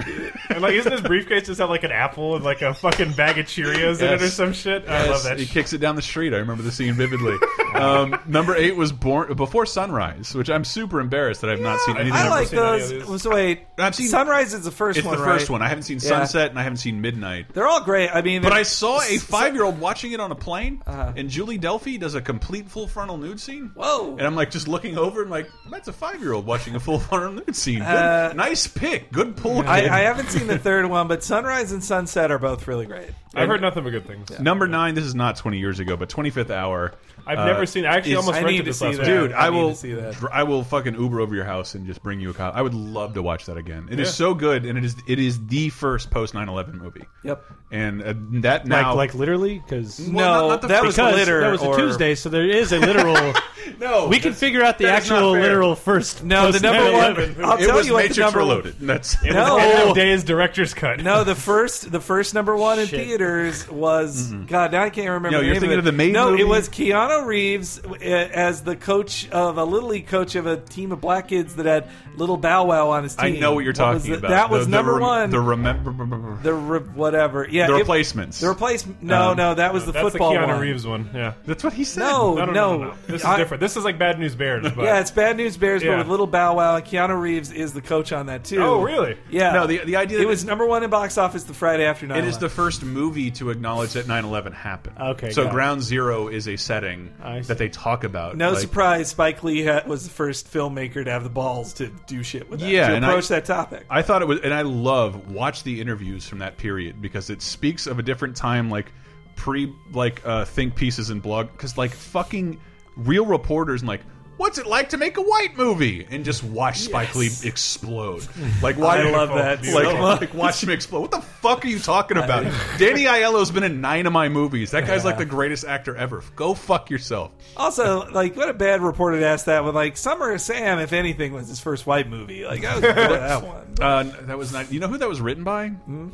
[SPEAKER 7] and like, isn't his briefcase just have like an apple and like a fucking bag of Cheerios in it or
[SPEAKER 1] Yes.
[SPEAKER 7] some shit? I love
[SPEAKER 1] Yes,
[SPEAKER 7] that.
[SPEAKER 1] he
[SPEAKER 7] shit.
[SPEAKER 1] kicks it down the street. I remember the scene vividly. um, number eight was born before sunrise, which I'm super embarrassed that I've not seen anything.
[SPEAKER 3] I
[SPEAKER 1] I've
[SPEAKER 3] like
[SPEAKER 1] ever seen.
[SPEAKER 7] those.
[SPEAKER 3] those. so wait,
[SPEAKER 1] I've seen-
[SPEAKER 3] Sunrise is the first
[SPEAKER 1] It's
[SPEAKER 3] one.
[SPEAKER 1] the first
[SPEAKER 3] right?
[SPEAKER 1] one. I haven't seen
[SPEAKER 3] Yeah.
[SPEAKER 1] sunset and I haven't seen midnight.
[SPEAKER 3] They're all great. I mean,
[SPEAKER 1] But I
[SPEAKER 3] it's-
[SPEAKER 1] saw a five-year-old watching it on a plane,
[SPEAKER 3] Uh-huh.
[SPEAKER 1] and Julie Delphi does a complete full frontal nude scene.
[SPEAKER 3] Whoa.
[SPEAKER 1] And I'm like just looking over and like, that's a five-year-old watching a full frontal nude scene. Good,
[SPEAKER 3] Uh,
[SPEAKER 1] nice pick, good pull.
[SPEAKER 3] I,
[SPEAKER 1] kid.
[SPEAKER 3] I haven't seen the third one, but Sunrise and Sunset are both really great.
[SPEAKER 7] I've heard nothing but good things.
[SPEAKER 1] Number nine. This is not 20 years ago, but 25th hour.
[SPEAKER 7] I've
[SPEAKER 1] uh,
[SPEAKER 7] never seen. I actually
[SPEAKER 1] is-
[SPEAKER 7] almost
[SPEAKER 3] I
[SPEAKER 7] rented
[SPEAKER 3] need to
[SPEAKER 7] this
[SPEAKER 3] see
[SPEAKER 7] last
[SPEAKER 3] that.
[SPEAKER 7] week.
[SPEAKER 1] Dude,
[SPEAKER 3] I
[SPEAKER 1] I,
[SPEAKER 3] need
[SPEAKER 1] will.
[SPEAKER 3] to see that.
[SPEAKER 1] dr- I will fucking Uber over your house and just bring you a copy. I would love to watch that again. It is so good, and it is it is the first post 9/11 movie.
[SPEAKER 3] Yep.
[SPEAKER 1] And uh, that
[SPEAKER 2] Like,
[SPEAKER 1] now,
[SPEAKER 2] like literally, because
[SPEAKER 1] Well,
[SPEAKER 3] no,
[SPEAKER 1] not- not the
[SPEAKER 3] that was
[SPEAKER 1] first-
[SPEAKER 2] because
[SPEAKER 3] litter.
[SPEAKER 2] that was a
[SPEAKER 3] or-
[SPEAKER 2] Tuesday, so there is a literal.
[SPEAKER 1] no,
[SPEAKER 2] we can figure out the
[SPEAKER 1] that is not
[SPEAKER 2] actual
[SPEAKER 1] fair.
[SPEAKER 2] literal first.
[SPEAKER 3] No, the
[SPEAKER 2] post
[SPEAKER 3] number
[SPEAKER 2] 9/11.
[SPEAKER 3] one. I'll
[SPEAKER 1] it
[SPEAKER 3] tell
[SPEAKER 1] was
[SPEAKER 3] you what.
[SPEAKER 1] Matrix
[SPEAKER 3] The number
[SPEAKER 1] Reloaded. That's
[SPEAKER 7] It
[SPEAKER 3] No.
[SPEAKER 7] was
[SPEAKER 1] oh.
[SPEAKER 7] end of days director's cut.
[SPEAKER 3] No, the first, the first number one in
[SPEAKER 2] Shit.
[SPEAKER 3] theaters was God. Now I can't remember.
[SPEAKER 1] Mm-hmm. No,
[SPEAKER 3] the
[SPEAKER 1] you're
[SPEAKER 3] name of,
[SPEAKER 1] thinking
[SPEAKER 3] it.
[SPEAKER 1] of the Maid
[SPEAKER 3] No,
[SPEAKER 1] movie?
[SPEAKER 3] it was Keanu Reeves uh, as the coach of a little league coach of a team of black kids that had little Bow Wow on his
[SPEAKER 1] I
[SPEAKER 3] team.
[SPEAKER 1] know what you're
[SPEAKER 3] What was
[SPEAKER 1] talking
[SPEAKER 3] the-
[SPEAKER 1] about.
[SPEAKER 3] That
[SPEAKER 1] The-
[SPEAKER 3] was
[SPEAKER 1] the
[SPEAKER 3] number
[SPEAKER 1] rem-
[SPEAKER 3] one.
[SPEAKER 1] The remember
[SPEAKER 3] The re- whatever. Yeah,
[SPEAKER 1] the
[SPEAKER 3] it-
[SPEAKER 1] replacements.
[SPEAKER 3] The replacement. No,
[SPEAKER 1] Um,
[SPEAKER 3] no, that was the
[SPEAKER 7] uh, that's
[SPEAKER 3] football
[SPEAKER 7] the Keanu
[SPEAKER 3] one.
[SPEAKER 7] Reeves one. Yeah.
[SPEAKER 1] That's what he said.
[SPEAKER 3] Oh, No,
[SPEAKER 7] No, no, no, no, no. This is
[SPEAKER 3] I-
[SPEAKER 7] different. This is like Bad News Bears. But...
[SPEAKER 3] Yeah, it's Bad News Bears,
[SPEAKER 7] Yeah.
[SPEAKER 3] but with Little Bow Wow. and Keanu Reeves is the coach on that too.
[SPEAKER 7] Oh, really?
[SPEAKER 3] Yeah.
[SPEAKER 1] No, the- the idea
[SPEAKER 3] it
[SPEAKER 1] that
[SPEAKER 3] was number one in box office the Friday after nine.
[SPEAKER 1] It is the first movie to acknowledge that 9/11 happened.
[SPEAKER 2] Okay,
[SPEAKER 1] So
[SPEAKER 2] got it.
[SPEAKER 1] Ground Zero is a setting
[SPEAKER 2] I see.
[SPEAKER 1] that they talk about.
[SPEAKER 3] No
[SPEAKER 1] like-
[SPEAKER 3] surprise, Spike Lee ha- was the first filmmaker to have the balls to do shit with that.
[SPEAKER 1] Yeah,
[SPEAKER 3] to
[SPEAKER 1] and
[SPEAKER 3] approach
[SPEAKER 1] I-
[SPEAKER 3] that topic.
[SPEAKER 1] I thought it was, and I love watch the interviews from that period because it speaks of a different time, like pre like uh, think pieces and blog, because like fucking real reporters and like. What's it like to make a white movie and just watch Spike Lee explode? Like, why?
[SPEAKER 3] I love that
[SPEAKER 1] Like,
[SPEAKER 3] so
[SPEAKER 1] like, watch him explode. What the fuck are you talking about? Danny Aiello's been in nine of my movies. That guy's like the greatest actor ever. Go fuck yourself.
[SPEAKER 3] also, like, what a bad reporter to ask that when, like, Summer of Sam, if anything, was his first white movie. Like, I was good at that one.
[SPEAKER 1] Uh, that was not. You know who that was written by?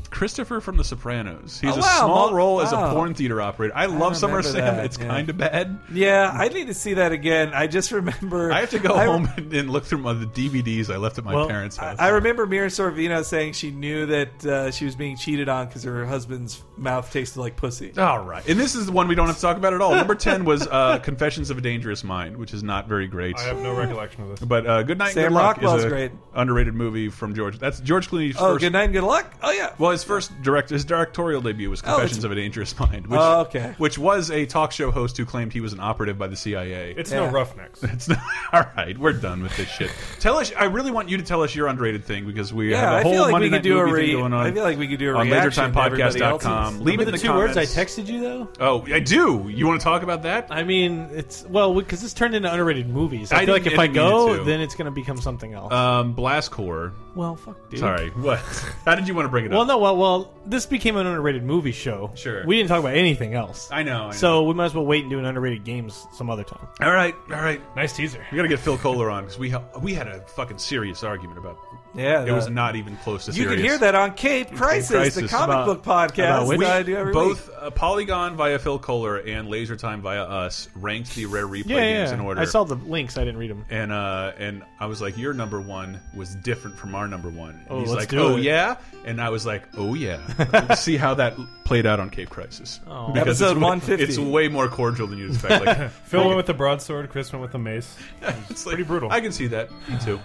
[SPEAKER 1] Christopher from The Sopranos.
[SPEAKER 3] Hmm? Oh,
[SPEAKER 1] He's a
[SPEAKER 3] wow.
[SPEAKER 1] small
[SPEAKER 3] Mo-
[SPEAKER 1] role as a
[SPEAKER 3] wow.
[SPEAKER 1] porn theater operator. I love Summer of
[SPEAKER 3] remember
[SPEAKER 1] Sam.
[SPEAKER 3] that,
[SPEAKER 1] it's
[SPEAKER 3] yeah.
[SPEAKER 1] kind of bad.
[SPEAKER 3] Yeah, I need to see that again. I just remember.
[SPEAKER 1] I have to go
[SPEAKER 3] I-
[SPEAKER 1] home and, and look through my, the DVDs I left at my
[SPEAKER 2] Well,
[SPEAKER 1] parents' house.
[SPEAKER 3] I remember Mira Sorvino saying she knew that uh, she was being cheated on because her husband's mouth tasted like pussy.
[SPEAKER 1] all right, and this is the one we don't have to talk about at all. Number ten was uh, "Confessions of a Dangerous Mind," which is not very great.
[SPEAKER 7] I have no recollection of this.
[SPEAKER 1] But uh, "Good Night, and
[SPEAKER 3] Sam
[SPEAKER 1] Good Luck"
[SPEAKER 3] Rockwell's
[SPEAKER 1] is a
[SPEAKER 3] great.
[SPEAKER 1] underrated movie from George. That's George Clooney's
[SPEAKER 3] Oh,
[SPEAKER 1] first.
[SPEAKER 3] good night and good luck. Oh yeah.
[SPEAKER 1] Well, his first direct, his directorial debut
[SPEAKER 3] Oh,
[SPEAKER 1] was
[SPEAKER 3] it's-
[SPEAKER 1] "Confessions of a Dangerous Mind," which,
[SPEAKER 3] Oh, okay.
[SPEAKER 1] which was a talk show host who claimed he was an operative by the CIA.
[SPEAKER 7] It's
[SPEAKER 3] Yeah.
[SPEAKER 7] no Roughnecks.
[SPEAKER 1] It's not, all right. We're done with this shit. Tell us. I really want you to tell us your underrated thing because we
[SPEAKER 3] Yeah,
[SPEAKER 1] have a
[SPEAKER 3] I
[SPEAKER 1] whole
[SPEAKER 3] feel like
[SPEAKER 1] Monday
[SPEAKER 3] we
[SPEAKER 1] night
[SPEAKER 3] could do a
[SPEAKER 1] movie thing
[SPEAKER 3] re-
[SPEAKER 1] going on.
[SPEAKER 3] I feel like we could do a
[SPEAKER 1] on
[SPEAKER 3] reaction to everybody
[SPEAKER 1] latertimepodcast.com.
[SPEAKER 3] else's.
[SPEAKER 1] Leave it
[SPEAKER 2] Remember
[SPEAKER 1] in
[SPEAKER 2] the,
[SPEAKER 1] the,
[SPEAKER 2] two
[SPEAKER 1] comments.
[SPEAKER 2] words I texted you though.
[SPEAKER 1] Oh, I do. You want to talk about that?
[SPEAKER 2] I mean, it's well because this turned into underrated movies. I,
[SPEAKER 1] I
[SPEAKER 2] feel like
[SPEAKER 1] didn't-
[SPEAKER 2] if I
[SPEAKER 1] didn't mean it
[SPEAKER 2] go,
[SPEAKER 1] to.
[SPEAKER 2] then it's going to become something else.
[SPEAKER 1] Um, Blastcore.
[SPEAKER 2] well, fuck, dude.
[SPEAKER 1] Sorry. What? How did you want to bring it up?
[SPEAKER 2] Well, no, well, well, this became an underrated movie show.
[SPEAKER 1] Sure.
[SPEAKER 2] We didn't talk about anything else.
[SPEAKER 1] I know. I know.
[SPEAKER 2] So we might as well wait and do an underrated games some other time.
[SPEAKER 1] all right, all right.
[SPEAKER 7] Nice teaser.
[SPEAKER 1] We gotta get Phil Kohler on because we ha we had a fucking serious argument about.
[SPEAKER 3] Yeah,
[SPEAKER 1] it was
[SPEAKER 3] the-
[SPEAKER 1] not even close to
[SPEAKER 3] Uh, You
[SPEAKER 1] serious.
[SPEAKER 3] can hear that on Cape Crisis, the
[SPEAKER 1] Crisis.
[SPEAKER 3] comic
[SPEAKER 2] About-
[SPEAKER 3] book podcast
[SPEAKER 2] about which-
[SPEAKER 3] that I do every week.
[SPEAKER 1] Both uh, Polygon via Phil Kohler and Laser Time via us ranked the rare replay
[SPEAKER 2] Yeah, yeah,
[SPEAKER 1] games
[SPEAKER 2] yeah.
[SPEAKER 1] in order.
[SPEAKER 2] I saw the links. I didn't read them.
[SPEAKER 1] and uh, and I was like, your number one was different from our number one. And
[SPEAKER 2] Oh,
[SPEAKER 1] he's
[SPEAKER 2] let's
[SPEAKER 1] like,
[SPEAKER 2] do
[SPEAKER 1] oh
[SPEAKER 2] it.
[SPEAKER 1] yeah, and I was like, oh yeah. See how that played out on Cape Crisis.
[SPEAKER 2] Oh.
[SPEAKER 1] Because
[SPEAKER 3] Episode
[SPEAKER 1] it's way-
[SPEAKER 3] 150.
[SPEAKER 1] It's way more cordial than you'd expect. Like,
[SPEAKER 7] Phil went with the broadsword. Chris went with the mace.
[SPEAKER 1] it's like,
[SPEAKER 7] Pretty brutal.
[SPEAKER 1] I can see that. Me too.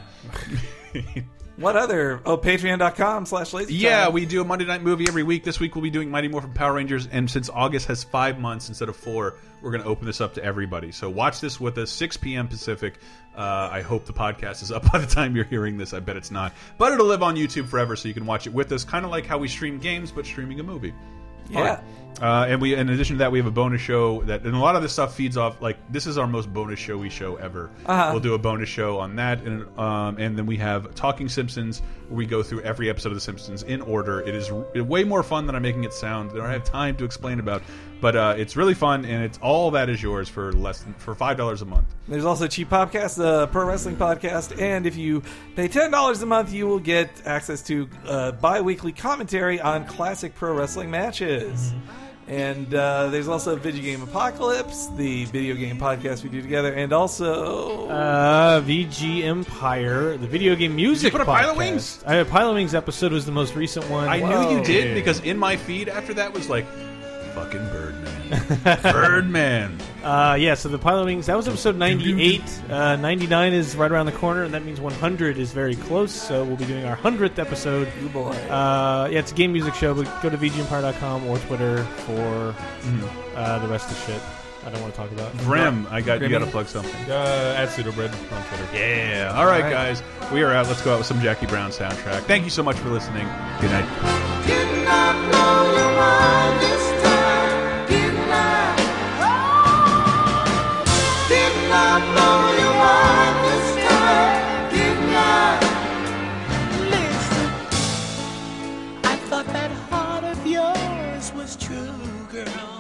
[SPEAKER 3] What other? Oh, patreon.com slash lazy.
[SPEAKER 1] Yeah, we do a Monday night movie every week. This week we'll be doing Mighty Morphin Power Rangers, and since August has five months instead of four, we're going to open this up to everybody. So watch this with us, 6 p.m. Pacific. Uh, I hope the podcast is up by the time you're hearing this. I bet it's not, but it'll live on YouTube forever, so you can watch it with us. Kind of like how we stream games, but streaming a movie.
[SPEAKER 3] Yeah.
[SPEAKER 1] Uh, and we, in addition to that, we have a bonus show that, and a lot of this stuff feeds off. Like this is our most bonus showy show ever. We'll do a bonus show on that, and um, and then we have Talking Simpsons, where we go through every episode of The Simpsons in order. It is r- way more fun than I'm making it sound. That I have time to explain about, but uh, it's really fun, and it's all that is yours for less than for five dollars a month.
[SPEAKER 3] There's also Cheap Podcast, the pro wrestling podcast, and if you pay ten dollars a month, you will get access to uh, bi-weekly commentary on classic pro wrestling matches.
[SPEAKER 1] Mm-hmm.
[SPEAKER 3] And uh, there's also Video Game Apocalypse, the video game podcast we do together, and also
[SPEAKER 2] Uh, VG Empire, the video game music.
[SPEAKER 1] put a Pile of
[SPEAKER 2] podcast.
[SPEAKER 1] Wings?
[SPEAKER 2] I, Pile of Wings episode was the most recent one.
[SPEAKER 1] I knew you did because in my feed after that was like, fucking Birdman, Birdman.
[SPEAKER 2] Uh, yeah, so the Pile of Wings, that was episode 98. Uh, 99 is right around the corner, and that means 100 is very close, so we'll be doing our 100th episode.
[SPEAKER 3] oh boy,
[SPEAKER 2] Uh, yeah, it's a game music show, but go to VGEmpire.com or Twitter for uh, the rest of shit I don't want to talk about.
[SPEAKER 1] Grim, I got you.
[SPEAKER 3] Grimmy?
[SPEAKER 1] Got to plug something.
[SPEAKER 7] Uh, at pseudobread on Twitter.
[SPEAKER 1] Yeah. All right, guys. We are out. Let's go out with some Jackie Brown soundtrack. Thank you so much for listening. Good night.
[SPEAKER 10] Listen, I thought that heart of yours was true, girl.